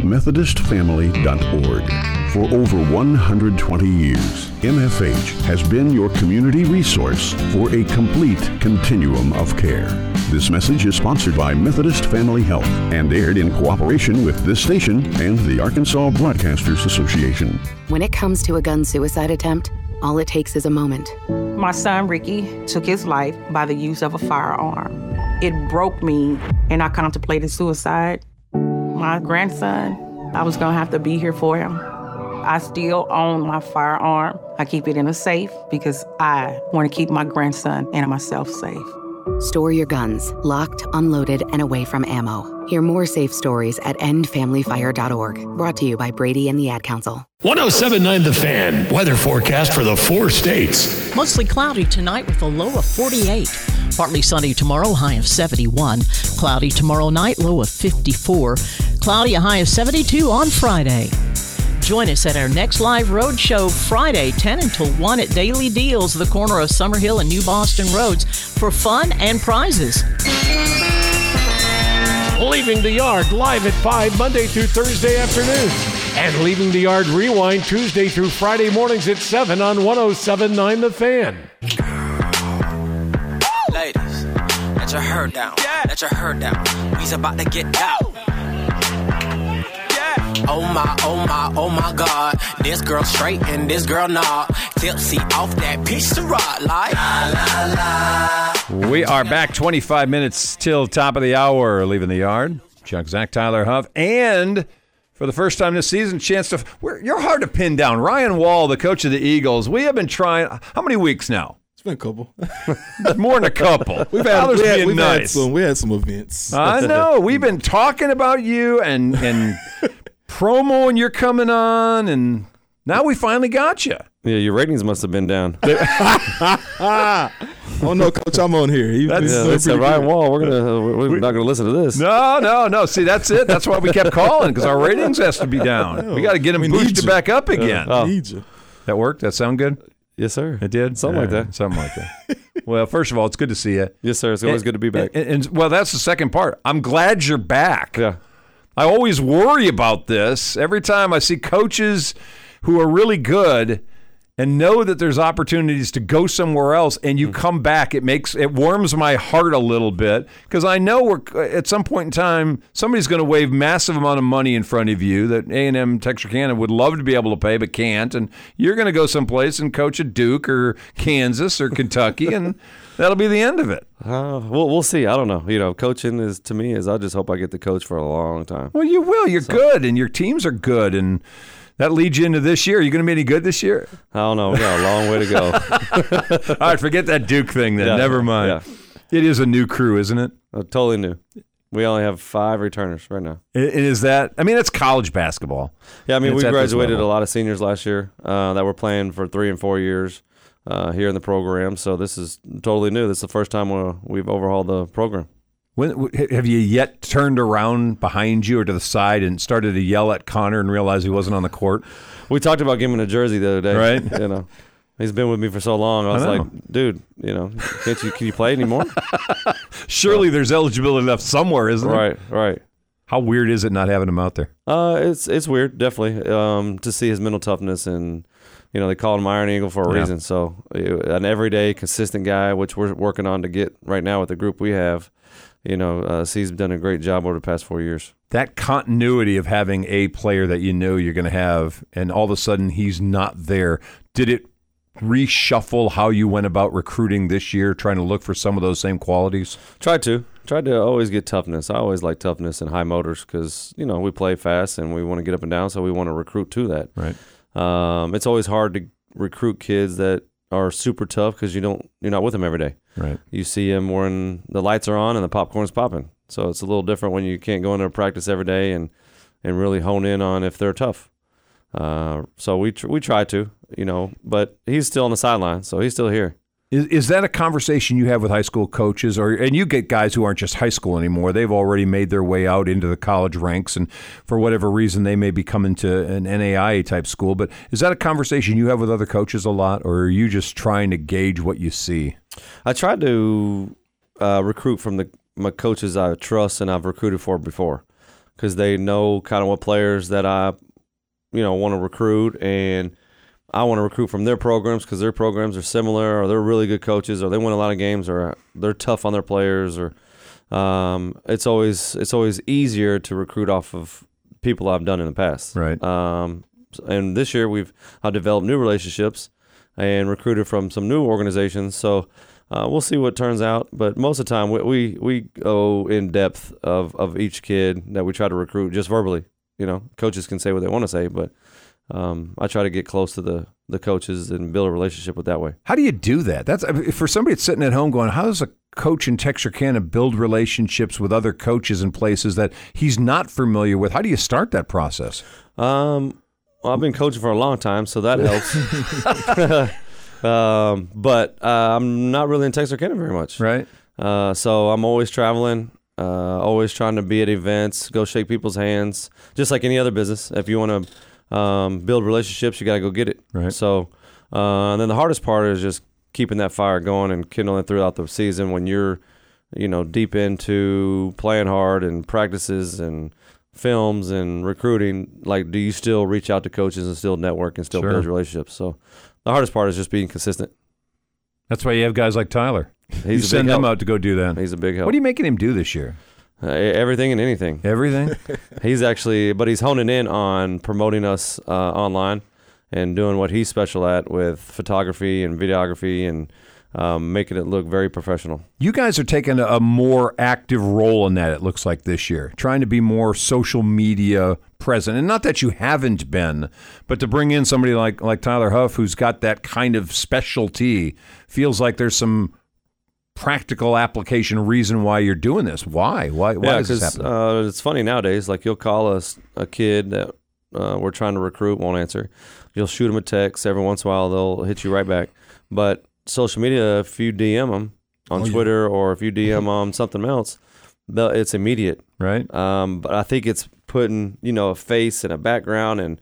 S16: MethodistFamily.org. For over 120 years, MFH has been your community resource for a complete continuum of care. This message is sponsored by Methodist Family Health and aired in cooperation with this station and the Arkansas Broadcasters Association.
S17: When it comes to a gun suicide attempt, all it takes is a moment.
S18: My son Ricky took his life by the use of a firearm. It broke me, and I contemplated suicide. My grandson, I was gonna have to be here for him. I still own my firearm. I keep it in a safe because I want to keep my grandson and myself safe.
S17: Store your guns, locked, unloaded, and away from ammo. Hear more safe stories at endfamilyfire.org. Brought to you by Brady and the Ad Council.
S11: 1079 The Fan, weather forecast for the four states.
S15: Mostly cloudy tonight with a low of 48. Partly sunny tomorrow, high of 71. Cloudy tomorrow night, low of 54. Cloudy, a high of 72 on Friday. Join us at our next live road show Friday, 10 until 1 at Daily Deals, the corner of Summerhill and New Boston Roads, for fun and prizes.
S11: Leaving the Yard live at 5 Monday through Thursday afternoons. And Leaving the Yard Rewind Tuesday through Friday mornings at 7 on 1079 The Fan.
S19: Ladies, let your hair down. Let your hair down. We's about to get out. Oh my, oh my, oh my God! This girl straight and this girl nah. Tipsy off that piece of rock, like
S2: We are back 25 minutes till top of the hour, leaving the yard. Chuck Zach Tyler Huff. And for the first time this season, chance to. We're, you're hard to pin down. Ryan Wall, the coach of the Eagles. We have been trying. How many weeks now?
S3: It's been a couple.
S2: More than a couple.
S3: We've had,
S2: Tyler's
S3: we had,
S2: being
S3: we've had
S2: nice.
S3: some we had some events.
S20: Uh,
S2: I know. We've been talking about you and (laughs) and promo, and you're coming on, and now we finally got you.
S20: Yeah, your ratings must have been down.
S3: (laughs) oh no, Coach, I'm on here. He-
S20: That's,
S3: he's
S20: yeah,
S3: doing
S20: they said,
S3: pretty
S20: Ryan
S3: good.
S20: Wall. We're gonna uh, we're not gonna listen to this.
S2: No, no, no. See, that's it. That's why we kept calling because our ratings has to be down. We got to get them boosted back up again.
S20: Oh.
S2: That worked. That sound good?
S20: Yes, sir.
S2: It did.
S20: Something like
S2: All
S20: that.
S2: right, Something like that. well, first of all, it's good to see you.
S20: Yes, sir. It's always
S2: And-
S20: good to be back.
S2: And, and- well, that's the second part. I'm glad you're back. Yeah. I always worry about this. Every time I see coaches who are really good and know that there's opportunities to go somewhere else and
S20: Mm.
S2: you come back, it makes it warms my heart a little bit because I know we're at some point in time somebody's going to wave massive amount of money in front of you that A&M Texarkana would love to be able to pay but can't and you're going to go someplace and coach at Duke or Kansas or Kentucky
S20: (laughs)
S2: and that'll be the end of it.
S20: Uh, we'll we'll see. I don't know. You know, coaching is to me is I just hope I get to coach for a long time.
S2: Well, you will. You're good, and your teams are good, and that leads you into this year. Are you going to be any good this year?
S20: I don't know. We got a long way to go.
S2: (laughs) All right, forget that Duke thing then.
S20: Yeah,
S2: Never mind. It is a new crew, isn't it?
S20: totally new. We only have five returners right now.
S2: I- And is that? I mean, that's college basketball.
S20: Yeah, I mean,
S2: It's
S20: we
S2: at this
S20: graduated a
S2: level.
S20: lot of seniors last year uh, that were playing for three and four years uh, here in the program. So this is totally new. This is the first time we- we've overhauled the program.
S2: When, w- have you yet turned around behind you or to the side and started to yell at Connor and realize he wasn't on the court?
S20: We talked about giving him a jersey the other day. (laughs)
S2: Right.
S20: You know, he's been with me for so long. I
S2: I
S20: was
S2: know.
S20: like, dude, you know, can't you can you play anymore?
S2: Surely there's eligibility left somewhere, isn't there?
S20: Right, right.
S2: How weird is it not having him out there?
S20: Uh, it's it's weird, definitely, um, to see his mental toughness and you know they call him Iron Eagle for a
S2: Yeah.
S20: reason. So uh, an everyday consistent guy, which we're working on to get right now with the group we have. You know, uh, C's done a great job over the past four years.
S2: that continuity of having a player that you know you're going to have, and all of a sudden he's not there. Did it reshuffle how you went about recruiting this year, trying to look for some of those same qualities?
S20: Tried to. Tried to always get toughness. I always like toughness and high motors because you know we play fast and we want to get up and down, so we want to recruit to that.
S2: Right.
S20: Um, it's always hard to recruit kids that are super tough because you don't you're not with them every day.
S2: Right.
S20: You see them when the lights are on and the popcorn's popping. So it's a little different when you can't go into practice every day and and really hone in on if they're tough. Uh, so we tr- we try to you know, but he's still on the sideline, so he's still here.
S2: Is, is that a conversation you have with high school coaches, or and you get guys who aren't just high school anymore? They've already made their way out into the college ranks, and for whatever reason, they may be coming to an NAIA type school. But is that a conversation you have with other coaches a lot, or are you just trying to gauge what you see?
S20: I tried to uh, recruit from the my coaches I trust and I've recruited for before, because they know kind of what players that I, you know, want to recruit, and I want to recruit from their programs because their programs are similar, or they're really good coaches, or they win a lot of games, or they're tough on their players, or um, it's always it's always easier to recruit off of people I've done in the past. Right. Um, and this year we've I've developed new relationships and recruited from some new organizations. So uh, we'll see what turns out. But most of the time we we, we go in depth of, of each kid that we try to recruit just verbally. You know, coaches can say what they want to say, but um, I try to get close to the, the coaches and build a relationship with that way.
S2: How do you do that? That's I mean, for somebody that's sitting at home going, how does a coach in Texarkana build relationships with other coaches in places that he's not familiar with? How do you start that process?
S20: Um, well, I've been coaching for a long time, so that helps. (laughs) um, but uh, I'm not really in Texarkana very much,
S2: right?
S20: Uh, so I'm always traveling, uh, always trying to be at events, go shake people's hands, just like any other business. If you want to um, build relationships, you got to go get it. Right. So, uh, and then the hardest part is just keeping that fire going and kindling it throughout the season when you're, you know, deep into playing hard and practices and films and recruiting. Like, do you still reach out to coaches and still network and still
S2: Sure.
S20: build relationships? So, the hardest part is just being consistent.
S2: That's why you have guys like Tyler.
S20: He's
S2: you send them out to go do that.
S20: He's a big help.
S2: What are you making him do this year?
S20: Uh, e- everything and anything.
S2: Everything.
S20: he's actually, but he's honing in on promoting us uh, online and doing what he's special at with photography and videography and um, making it look very professional.
S2: You guys are taking a more active role in that, it looks like this year, trying to be more social media present. And not that you haven't been, but to bring in somebody like, like Tyler Huff, who's got that kind of specialty, feels like there's some practical application reason why you're doing this. Why? Why, why
S20: yeah,
S2: is this
S20: 'cause,
S2: happening?
S20: Uh, it's funny nowadays. Like you'll call us a kid that uh, we're trying to recruit, won't answer. You'll shoot them a text every once in a while. They'll hit you right back. But social media, if you DM them on
S1: Oh, yeah.
S20: Twitter or
S2: (laughs)
S20: if you DM on something else, the, it's immediate.
S2: Right.
S20: Um, but I think it's putting you know a face and a background and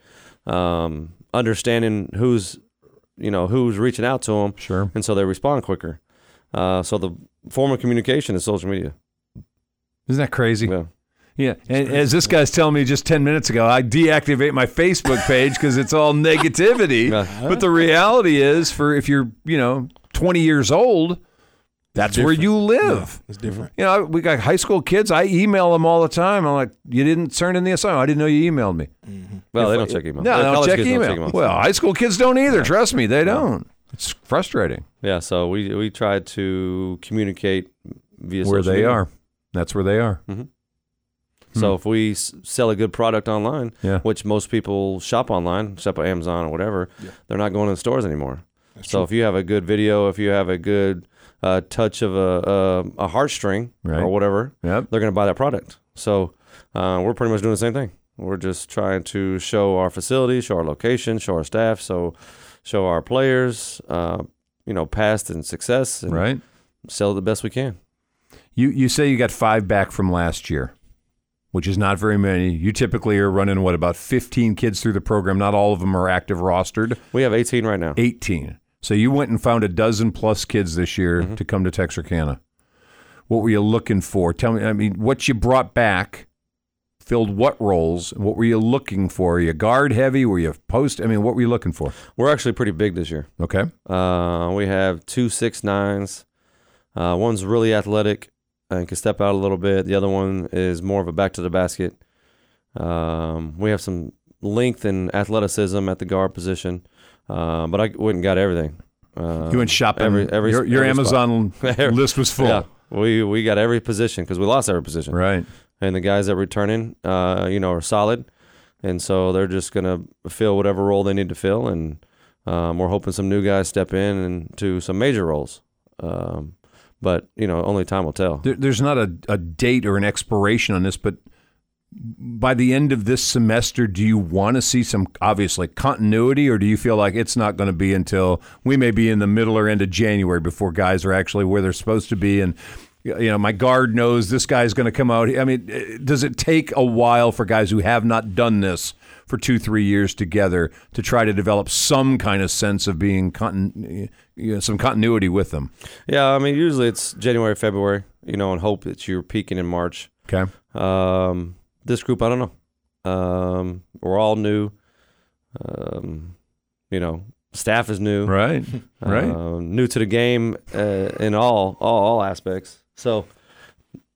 S20: um, understanding who's you know who's reaching out to them.
S2: Sure.
S20: And so they respond quicker. Uh, so the form of communication is social media.
S2: Isn't that crazy?
S20: Yeah.
S2: Yeah, and as this guy's telling me just 10 minutes ago, I deactivate my Facebook page because it's
S20: (laughs)
S2: all negativity. But the reality is, for if you're, you know, 20 years old, that's where you live.
S3: It's different.
S2: You know, I- we got high school kids. I email them all the time. I'm like, you didn't turn in the assignment. I didn't know you emailed me.
S20: Mm-hmm. Well, they
S2: If-
S20: don't check email.
S2: No, they don't
S20: College
S2: check
S20: kids don't
S2: email.
S20: check email.
S2: Well, high school kids don't either. Trust me, they don't. It's frustrating
S20: Yeah, so we we try to communicate via
S2: where
S20: social
S2: they
S20: media.
S2: are. That's where they are.
S20: Mhm. Mm-hmm. So
S2: Hmm.
S20: if we s- sell a good product online,
S2: Yeah.
S20: which most people shop online, shop at Amazon or whatever, they're not going to the stores anymore. so
S2: true.
S20: if you have a good video, if you have a good uh, touch of a a, a heartstring
S2: Right.
S20: or whatever,
S2: Yep.
S20: they're going to buy that product. So uh, we're pretty much doing the same thing. We're just trying to show our facility, show our location, show our staff, so show our players, uh, you know, past and success, and
S2: Right.
S20: Sell the best we can.
S2: You you say you got five back from last year, which is not very many. You typically are running what about fifteen kids through the program. Not all of them are active rostered.
S20: We have eighteen right now.
S2: Eighteen. So you went and found a dozen plus kids this year
S20: Mm-hmm.
S2: to come to Texarkana. What were you looking for? Tell me. I mean, what you brought back filled what roles? What were you looking for? Are you guard heavy? Were you post? I mean, what were you looking for?
S20: We're actually pretty big this year.
S2: Okay.
S20: Uh, we have two six nines. Uh, one's really athletic and can step out a little bit. The other one is more of a back to the basket. Um, we have some length and athleticism at the guard position, uh, but I went and got everything. Uh,
S2: You went shopping. Your- your
S20: spot. (laughs)
S2: Amazon list was full.
S20: Yeah, we we got every position because we lost every position.
S2: Right.
S20: And the guys that returning, uh, you know, are solid, and so they're just gonna fill whatever role they need to fill, and um, we're hoping some new guys step in and to some major roles. Um, but you know, only time will tell.
S2: There, there's not a, a date or an expiration on this, but by the end of this semester, do you want to see some obviously continuity, or do you feel like it's not going to be until we may be in the middle or end of January before guys are actually where they're supposed to be? And you know, my guard knows this guy's going to come out. I mean, eh, does it take a while for guys who have not done this for two, three years together to try to develop some kind of sense of being continu- you know, some continuity with them?
S20: Yeah, I mean, usually it's January, February, you know, and hope that you're peaking in March.
S2: Okay.
S20: Um, this group, I don't know. Um, we're all new. Um, you know, staff is new.
S2: Right, right.
S20: Uh, new to the game uh, in all, all all aspects. So,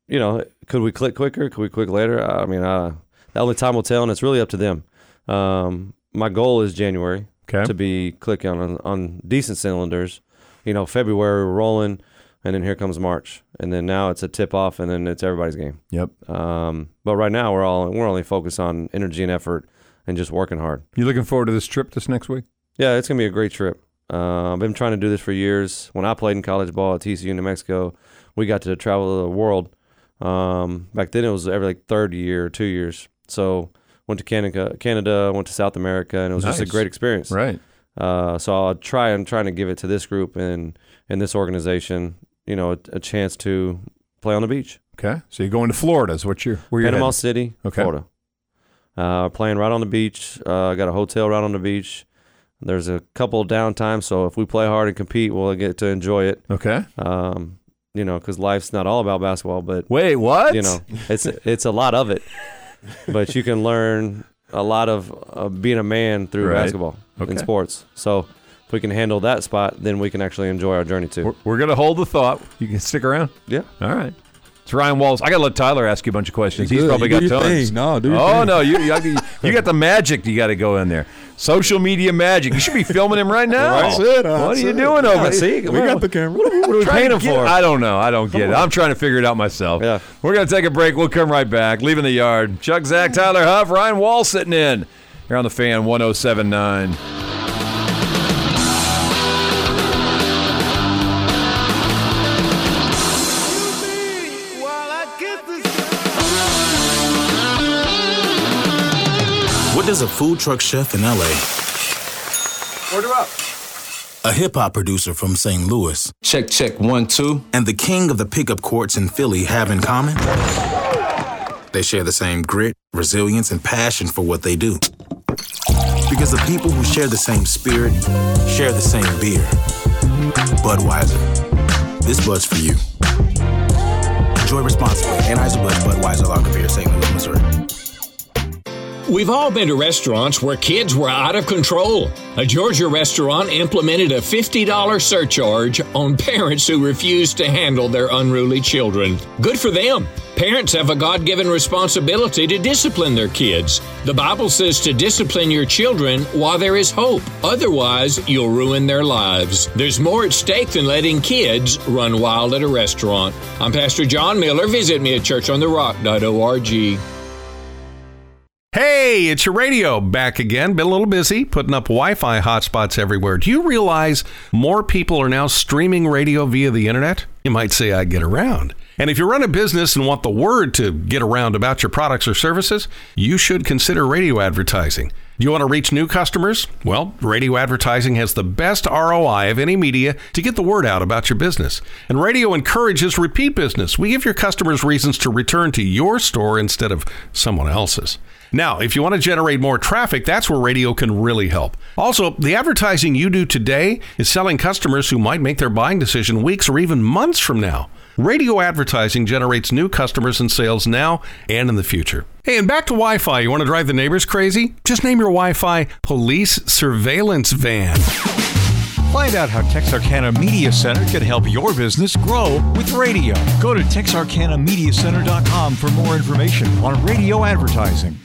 S20: you know, could we click quicker? Could we click later? I mean, uh, the only time will tell, and it's really up to them. Um, my goal is January to be clicking on on decent cylinders. You know, February we're rolling, and then here comes March, and then now it's a tip off, and then it's everybody's game.
S2: Yep.
S20: Um, but right now we're all we're only focused on energy and effort, and just working hard.
S2: You looking forward to this trip this next week?
S20: Yeah, it's gonna be a great trip. Uh, I've been trying to do this for years. When I played in college ball at TCU, New Mexico, we got to travel the world. Um, back then, it was every like third year, or two years. So went to Canada, Canada, went to South America, and it was just
S2: Nice.
S20: a great experience.
S2: Right.
S20: Uh, so I'll try. I'm trying to give it to this group and and this organization. You know, a, a chance to play on the beach.
S2: Okay, so you're going to Florida. Is what you're where you're
S20: Panama
S2: headed?
S20: City,
S2: okay.
S20: Florida. Uh, playing right on the beach. Uh, got a hotel right on the beach. There's a couple of downtime, so if we play hard and compete, we'll get to enjoy it.
S2: Okay.
S20: Um, you know, because life's not all about basketball, but
S2: wait, what?
S20: You know, it's it's a lot
S2: (laughs)
S20: of it, but you can learn a lot of uh, being a man through
S2: Right.
S20: basketball
S2: Okay.
S20: in sports. So if we can handle that spot, then we can actually enjoy our journey too.
S2: We're gonna hold the thought. You can stick around.
S20: Yeah.
S2: All right. It's Ryan Wallace. I gotta let Tyler ask you a bunch of questions.
S3: You
S2: He's
S3: good.
S2: probably
S3: You
S2: got
S3: do your
S2: tons.
S3: thing. No, do your
S2: oh
S3: thing.
S2: no, you, you you got the magic. You got to go in there. Social media magic. You should be filming him
S3: (laughs)
S2: right now.
S3: That's it,
S2: what
S3: that's
S2: are you
S3: it.
S2: doing
S3: Yeah,
S2: over there?
S3: see, we got the camera. What are we- what are we
S2: Trying
S3: paying
S2: to
S3: him
S2: get-
S3: for?
S2: I don't know. I don't get it.
S3: on.
S2: I'm trying to figure it out myself. Yeah. We're gonna take a break. We'll come right back. Leaving the yard. Chuck, Zach, Tyler, Huff, Ryan Wall sitting in here on the fan 1079.
S4: What does a food truck chef in LA,
S1: Order up.
S4: a hip hop producer from St. Louis, check, check, one, two, and the king of the pickup courts in Philly have in common? They share the same grit, resilience, and passion for what they do. Because the people who share the same spirit share the same beer. Budweiser. This Bud's for you. Enjoy responsibly. Anheuser-Busch Budweiser Lager Beer, St. Louis, Missouri.
S21: We've all been to restaurants where kids were out of control. A Georgia restaurant implemented a $50 surcharge on parents who refused to handle their unruly children. Good for them. Parents have a God given responsibility to discipline their kids. The Bible says to discipline your children while there is hope. Otherwise, you'll ruin their lives. There's more at stake than letting kids run wild at a restaurant. I'm Pastor John Miller. Visit me at churchontherock.org.
S22: Hey, it's your radio back again. Been a little busy putting up Wi Fi hotspots everywhere. Do you realize more people are now streaming radio via the internet? You might say, I get around. And if you run a business and want the word to get around about your products or services, you should consider radio advertising. Do you want to reach new customers? Well, radio advertising has the best ROI of any media to get the word out about your business. And radio encourages repeat business. We give your customers reasons to return to your store instead of someone else's. Now, if you want to generate more traffic, that's where radio can really help. Also, the advertising you do today is selling customers who might make their buying decision weeks or even months from now. Radio advertising generates new customers and sales now and in the future. Hey, and back to Wi Fi. You want to drive the neighbors crazy? Just name your Wi Fi Police Surveillance Van.
S23: Find out how Texarkana Media Center can help your business grow with radio. Go to texarkanamediacenter.com for more information on radio advertising.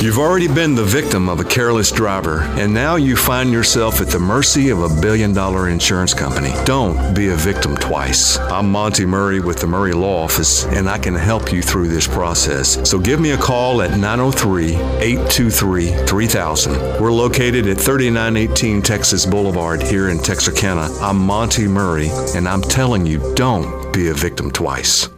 S24: You've already been the victim of a careless driver, and now you find yourself at the mercy of a billion dollar insurance company. Don't be a victim twice. I'm Monty Murray with the Murray Law Office, and I can help you through this process. So give me a call at 903 823 3000. We're located at 3918 Texas Boulevard here in Texarkana. I'm Monty Murray, and I'm telling you, don't be a victim twice.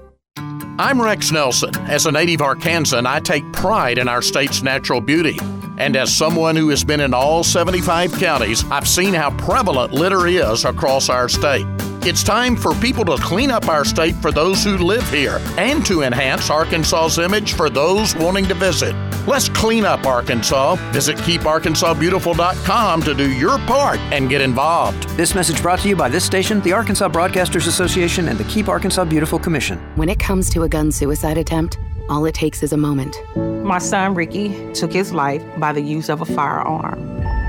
S25: I'm Rex Nelson. As a native Arkansan, I take pride in our state's natural beauty. And as someone who has been in all 75 counties, I've seen how prevalent litter is across our state. It's time for people to clean up our state for those who live here and to enhance Arkansas's image for those wanting to visit. Let's clean up Arkansas. Visit keeparkansasbeautiful.com to do your part and get involved.
S26: This message brought to you by this station, the Arkansas Broadcasters Association, and the Keep Arkansas Beautiful Commission.
S17: When it comes to a gun suicide attempt, all it takes is a moment.
S18: My son Ricky took his life by the use of a firearm.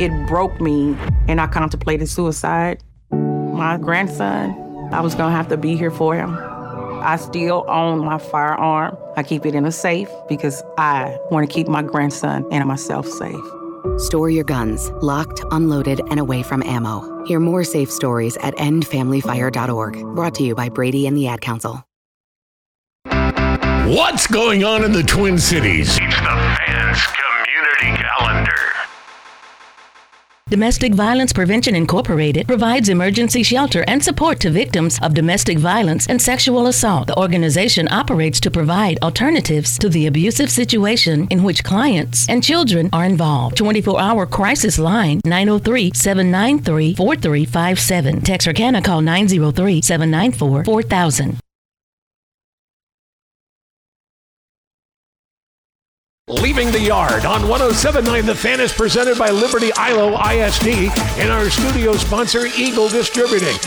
S18: It broke me, and I contemplated suicide. My grandson, I was gonna have to be here for him. I still own my firearm. I keep it in a safe because I want to keep my grandson and myself safe.
S17: Store your guns, locked, unloaded, and away from ammo. Hear more safe stories at endfamilyfire.org. Brought to you by Brady and the Ad Council.
S11: What's going on in the Twin Cities? It's the fans' community calendar.
S27: Domestic Violence Prevention Incorporated provides emergency shelter and support to victims of domestic violence and sexual assault. The organization operates to provide alternatives to the abusive situation in which clients and children are involved. 24-hour crisis line 903-793-4357. Texarkana call 903-794-4000.
S11: Leaving the Yard on 1079 The Fan is presented by Liberty ILO ISD and our studio sponsor, Eagle Distributing.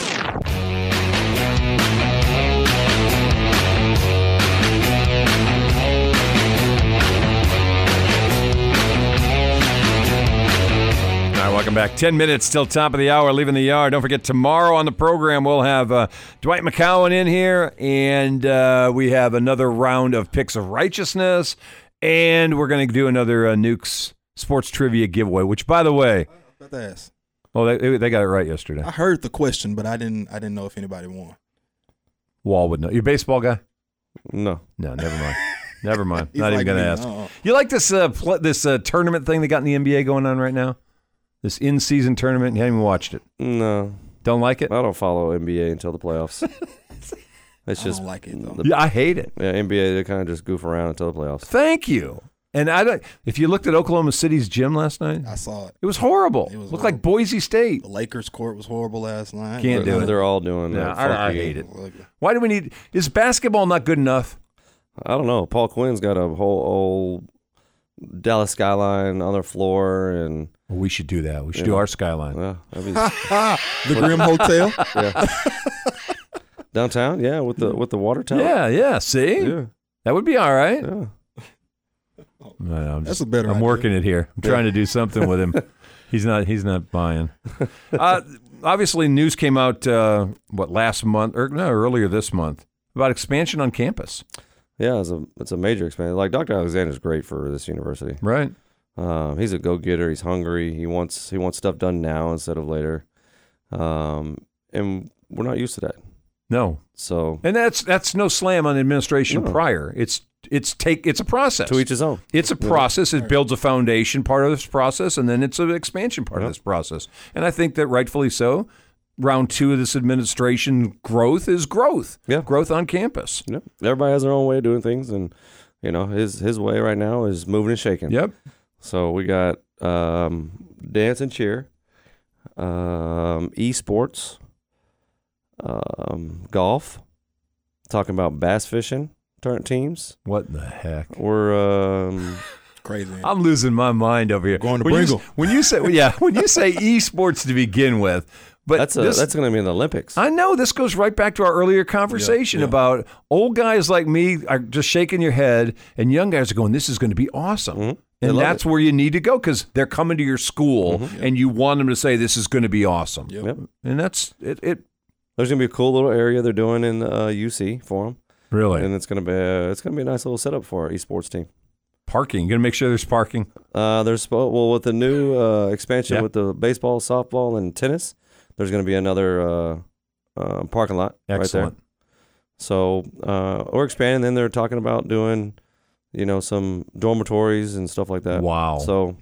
S2: All right, welcome back. 10 minutes till top of the hour, leaving the yard. Don't forget, tomorrow on the program, we'll have uh, Dwight McCowan in here, and uh, we have another round of Picks of Righteousness, and we're going to do another uh, Nukes Sports Trivia giveaway, which, by the way,
S3: About to ask.
S2: oh, they, they got it right yesterday.
S3: I heard the question, but I didn't. I didn't know if anybody won.
S2: Wall would know. You a baseball guy?
S20: No.
S2: No, never mind. never mind.
S3: He's
S2: Not even
S3: like
S2: going to
S3: me,
S2: ask.
S3: uh-uh.
S2: You like this uh, pl- this uh, tournament thing they got in the NBA going on right now? This in season tournament? You haven't even watched it.
S20: No.
S2: Don't like it?
S20: I don't follow NBA until the
S3: (laughs)
S20: playoffs. It's just like it though.
S2: Yeah, I hate it.
S20: Yeah, NBA they kind of just goof around until the playoffs.
S2: Thank you. And I don't. If you looked at Oklahoma City's gym last night,
S3: I saw it.
S2: It was horrible.
S3: It was
S2: Looked like Boise State.
S3: The Lakers court was horrible last night.
S2: Can't do it.
S20: They're all doing
S2: No,
S20: that.
S2: I, I
S20: funky-
S2: hate it. Why do we need? Is basketball not good enough?
S20: I don't know. Paul Quinn's got a whole old Dallas skyline on their floor, and
S2: we should do that. We should do our skyline.
S3: The Grim
S2: (laughs)
S3: Hotel?
S20: yeah. Downtown, yeah, with the with the water tower.
S2: Yeah, yeah. See,
S20: Yeah.
S2: that would be all right. Uh,
S20: Yeah.
S2: I'm
S3: That's a better
S2: I'm
S3: idea.
S2: working it here. I'm trying to do
S20: (laughs)
S2: something with him. He's not. He's not buying. Uh, obviously, news came out uh, what last month or no earlier this month about expansion on campus.
S20: Yeah, it's a it's a major expansion. Like Dr. Alexander's great for this university,
S2: right?
S20: Um, he's a go getter. He's hungry. He wants he wants stuff done now instead of later, um, and we're not used to that.
S2: No,
S20: So
S2: and that's that's no slam on administration
S20: No.
S2: prior. It's it's take it's a process.
S20: To each his own.
S2: It's a
S20: Yeah.
S2: process. It builds a foundation part of this process, and then it's an expansion part of this process. And I think that rightfully so. Round two of this administration growth is growth. Yeah. Growth on campus.
S20: Yep. Everybody has their own way of doing things, and you know his his way right now is moving and shaking.
S2: Yep.
S20: So we got um, dance and cheer, um, esports, um, golf. Talking about bass fishing turn teams.
S2: What the heck?
S20: We're um,
S3: crazy.
S2: I'm losing my mind over here. Going
S20: to
S2: when You,
S20: Pringle.
S2: when you say yeah, (laughs) when you say esports to begin with, but
S20: That's a,
S2: this-
S20: that's going to be in the Olympics.
S2: I know this goes right back to our earlier conversation about old guys like me are just shaking your head, and young guys are going, "This is going to be awesome."
S20: Mm-hmm. They
S2: And
S20: love
S2: that's where you need to go because they're coming to your school, and you want them to say, "This is going to be awesome."
S20: Yep.
S2: And that's it. it
S20: There's going to be a cool little area they're doing in uh, UC for them.
S2: Really?
S20: And it's going to be uh, it's going to be a nice little setup for our esports team.
S2: parking, you going to make sure there's parking.
S20: Uh, there's spo- well with the new uh, expansion
S2: Yeah.
S20: with the baseball, softball, and tennis. There's going to be another uh, uh, parking lot right
S2: Excellent.
S20: there. So uh, we're expanding. Then they're talking about doing, you know, some dormitories and stuff like that.
S2: Wow.
S20: So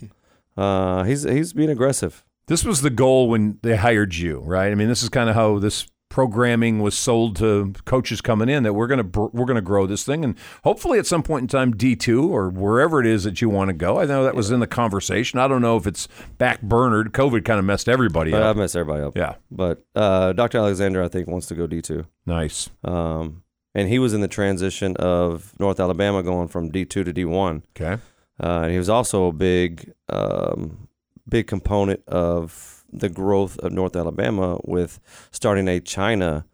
S20: uh, he's he's being aggressive.
S2: This was the goal when they hired you, right? I mean, this is kind of how this programming was sold to coaches coming in that we're going to br- we're going to grow this thing and hopefully at some point in time D2 or wherever it is that you want to go. I know that was in the conversation. I don't know if it's backburnered. COVID kind of messed everybody
S20: But
S2: up.
S20: I've Uh, messed everybody up.
S2: Yeah.
S20: But uh, Dr. Alexander, I think, wants to go D two.
S2: Nice.
S20: Um, and he was in the transition of North Alabama going from D two to D one.
S2: Okay.
S20: Uh, and he was also a big, um, big component of the growth of North Alabama with starting a China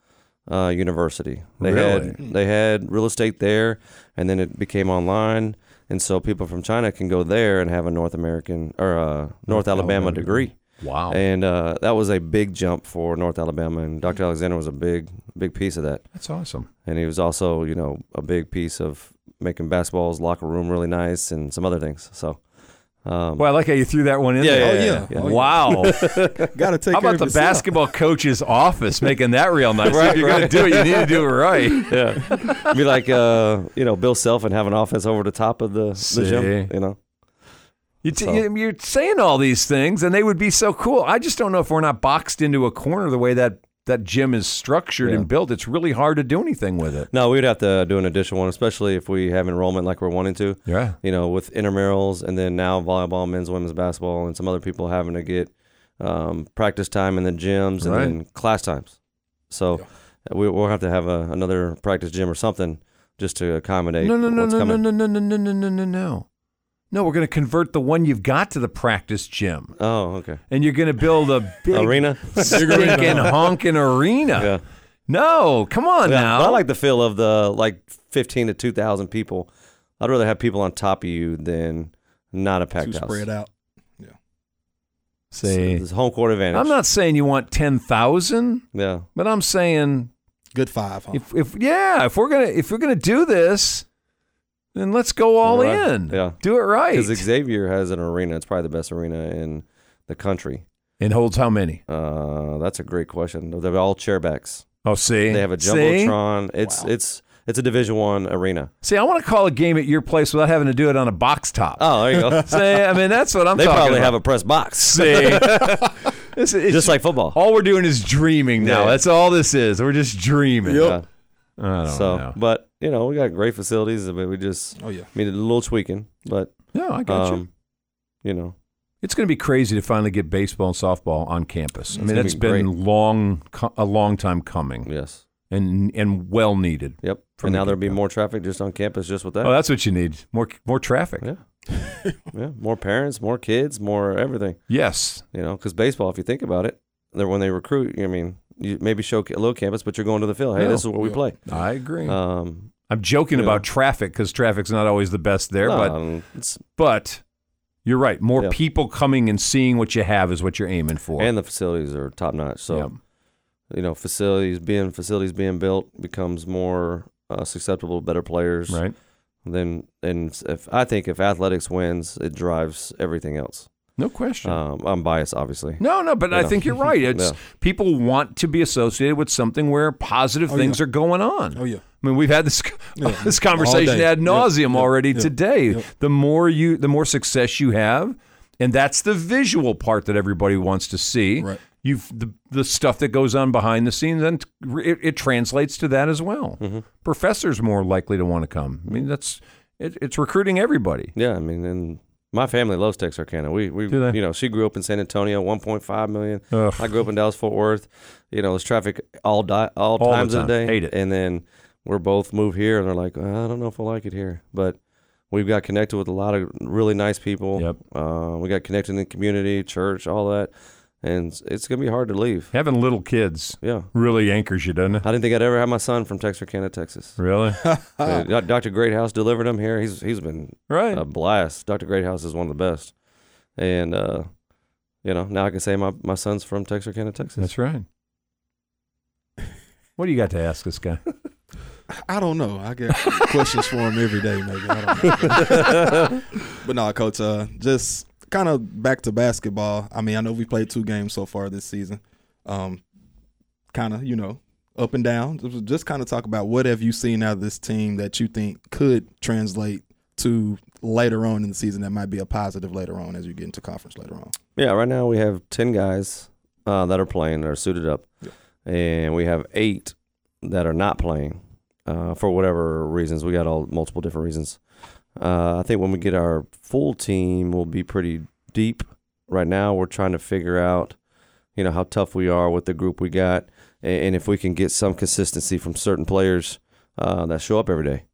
S20: uh, university. They
S2: Really?
S20: had they had real estate there, and then it became online, and so people from China can go there and have a North American or uh, a North, Alabama,
S2: Alabama
S20: degree.
S2: Wow.
S20: And uh, that was a big jump for North Alabama, and Dr.
S2: Mm-hmm.
S20: Alexander was a big, big piece of that.
S2: That's awesome.
S20: And he was also, you know, a big piece of making basketball's locker room really nice and some other things. So, um,
S2: Well, I like how you threw that one in
S20: Yeah,
S2: there.
S20: Oh, yeah, yeah, yeah. (laughs)
S2: Wow.
S3: Gotta take
S2: How
S3: care
S2: about
S3: of
S2: the
S3: yourself.
S2: basketball coach's office making that real nice?
S20: Right,
S2: if you're
S20: right.
S2: going to do it, you need to do it right.
S20: (laughs) yeah, be like, uh, you know, Bill Self and have an offense over the top of the, the gym.
S2: See.
S20: You know,
S2: You t-
S20: So-
S2: you- You're saying all these things, and they would be so cool. I just don't know if we're not boxed into a corner the way that that gym is structured
S20: Yeah.
S2: and built. It's really hard to do anything with it.
S20: no, we'd have to do an additional one, especially if we have enrollment like we're wanting to.
S2: Yeah.
S20: you know, with intramurals and then now volleyball, men's, women's basketball, and some other people having to get um, practice time in the gyms and
S2: Right.
S20: then class times. So we, we'll have to have a, another practice gym or something just to accommodate
S2: No, no, no,
S20: what's
S2: no, no,
S20: coming.
S2: no, no, no, no, no, no, no, no. No, we're going to convert the one you've got to the practice gym.
S20: Oh, okay.
S2: And you're going to build a big
S20: Arena? Big arena.
S2: stinking honking arena. No, come on
S20: Yeah,
S2: now.
S20: I like the feel of the like fifteen to two thousand people. I'd rather have people on top of you than not a packed
S3: Too
S20: house.
S3: spread out.
S2: Say,
S20: this home court advantage.
S2: I'm not saying you want ten thousand,
S20: Yeah.
S2: but I'm saying
S3: good five. Huh?
S2: If, if yeah, if we're gonna if we're gonna do this, then let's go all
S20: Right.
S2: in.
S20: Yeah.
S2: Do it right.
S20: Because Xavier has an arena. It's probably the best arena in the country.
S2: And holds how many?
S20: Uh, that's a great question. They're all chairbacks.
S2: Oh, see,
S20: They have a
S2: See?
S20: jumbotron. It's it's it's a Division One arena.
S2: See, I want to call a game at your place without having to do it on a box top.
S20: Oh, there you go.
S2: See, I mean, that's what I'm
S20: They
S2: talking
S20: probably
S2: about.
S20: have a press box.
S2: See? It's- it's-
S20: Just like football.
S2: All we're doing is dreaming now.
S20: Yeah.
S2: That's all this is. We're just dreaming. I don't
S20: so,
S2: know.
S20: but you know, we got great facilities, but we just oh yeah, needed a little tweaking. But um,
S2: Yeah, I got you.
S20: you. You know,
S2: It's going to be crazy to finally get baseball and softball on campus. I
S20: It's
S2: mean,
S20: gonna
S2: that's
S20: be
S2: been
S20: great.
S2: long, co- a long time coming.
S20: Yes,
S2: and and well needed.
S20: Yep.
S2: From
S20: and
S2: the
S20: now there'll be more traffic just on campus, just with that.
S2: Oh, that's what you need. More more traffic.
S20: Yeah.
S2: (laughs)
S20: yeah, more parents, more kids, more everything.
S2: Yes.
S20: You know, because baseball, if you think about it, they're when they recruit. you know, I mean, you maybe show a low campus, but you're going to the field. Hey,
S2: No.
S20: this is where we
S2: Yeah.
S20: play.
S2: I agree.
S20: Um,
S2: I'm joking
S20: Yeah.
S2: about traffic because traffic's not always the best there,
S20: No,
S2: but but you're right. More
S20: Yeah.
S2: people coming and seeing what you have is what you're aiming for.
S20: and the facilities are top notch. So, you know, facilities being facilities being built becomes more uh, susceptible to better players.
S2: Right.
S20: Then, and if I think if athletics wins, it drives everything else.
S2: No question.
S20: Um, I'm biased, obviously.
S2: no, no, but
S20: You
S2: I
S20: know?
S2: think you're right. It's
S20: (laughs) Yeah.
S2: people want to be associated with something where positive
S20: Oh,
S2: things
S20: yeah.
S2: are going on.
S20: Oh,
S3: yeah.
S2: I mean, we've had this (laughs)
S3: Yeah.
S2: this
S3: All
S2: conversation
S3: day.
S2: ad
S3: Yeah.
S2: nauseum
S3: Yeah.
S2: already
S3: Yeah.
S2: today.
S3: Yeah.
S2: The more you, the more success you have, and that's the visual part that everybody wants to see. Right. You've the, the stuff that goes on behind the scenes, and it, it translates to that as well.
S20: Mm-hmm.
S2: Professors more likely to want to come. I mean, that's it, it's recruiting everybody.
S20: Yeah, I mean, and my family loves Texarkana. We we
S2: Do they?
S20: you know she grew up in San Antonio, 1.5 million.
S2: Ugh.
S20: I grew up in Dallas Fort Worth. You know, there's traffic all di- all,
S2: All the
S20: times
S2: time.
S20: of the day.
S2: Hate it.
S20: And then we're both moved here, and they're like, I don't know if I like it here, but we've got connected with a lot of really nice people. Yep. Uh, we got connected in the community, church, all that, and it's- it's gonna be hard to leave.
S2: Having little kids,
S20: yeah,
S2: really anchors you, doesn't it?
S20: I didn't think I'd ever have my son from Texarkana, Texas.
S2: Really?
S20: Uh, Doc- Dr. Greathouse delivered him here. He's he's been
S2: Right.
S20: a blast. Dr. Greathouse is one of the best, and uh, you know now I can say my, my son's from Texarkana, Texas.
S2: That's right. What do you got to ask this guy?
S3: I don't know. I get (laughs) questions for him every day, maybe. I don't know. (laughs) but no, coach, uh, just kind of back to basketball. I mean, I know we played two games so far this season. Um, kind of, you know, up and down. Just- Just kind of talk about what have you seen out of this team that you think could translate to later on in the season that might be a positive later on as you get into conference later on.
S20: Yeah, right now we have ten guys uh, that are playing that are suited up, and we have eight that are not playing uh, for whatever reasons. We got all multiple different reasons. Uh, I think when we get our full team, we'll be pretty deep. Right now, we're trying to figure out, you know, how tough we are with the group we got, and, and if we can get some consistency from certain players uh, that show up every day.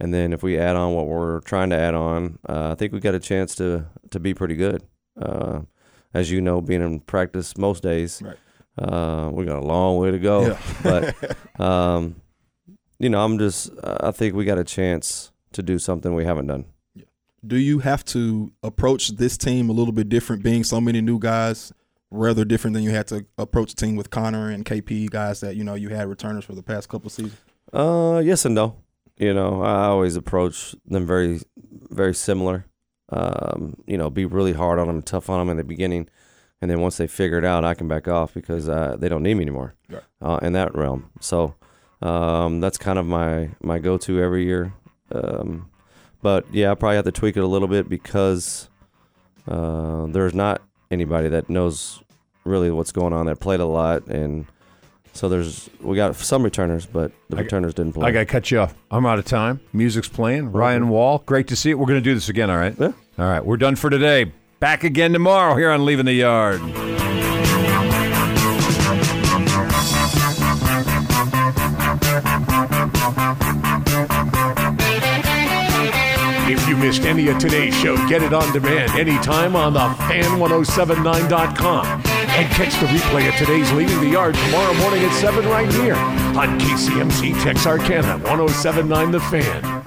S20: And then if we add on what we're trying to add on, uh, I think we got a chance to to be pretty good. Uh, as you know, being in practice most days, uh, we got a long way to go.
S3: Yeah.
S20: (laughs) but um, you know, I'm just I think we got a chance to do something we haven't done.
S3: do you have to approach this team a little bit different being so many new guys rather different than you had to approach the team with connor and kp guys that you know you had returners for the past couple of seasons
S20: Uh, yes and no. You know, I always approach them very, very similar. Um, you know, be really hard on them, tough on them in the beginning, and then once they figure it out, I can back off because uh, they don't need me anymore.
S3: Right.
S20: Uh, in that realm, so um, that's kind of my my go to every year. Um, but yeah, I probably have to tweak it a little bit because uh, there's not anybody that knows really what's going on that played a lot and. So there's we got some returners, but the
S2: I-
S20: returners didn't play.
S2: I got to cut you off. I'm out of time. Music's playing. Ryan Wall, great to see you. We're going to do this again, all right? Yeah. All right, we're done for today. Back again tomorrow here on Leaving the Yard.
S11: If you missed any of today's show, get it on demand anytime on the fan1079.com. And catch the replay of today's Leaving the Yard tomorrow morning at 7 right here on KCMC Texarkana 1079 The Fan.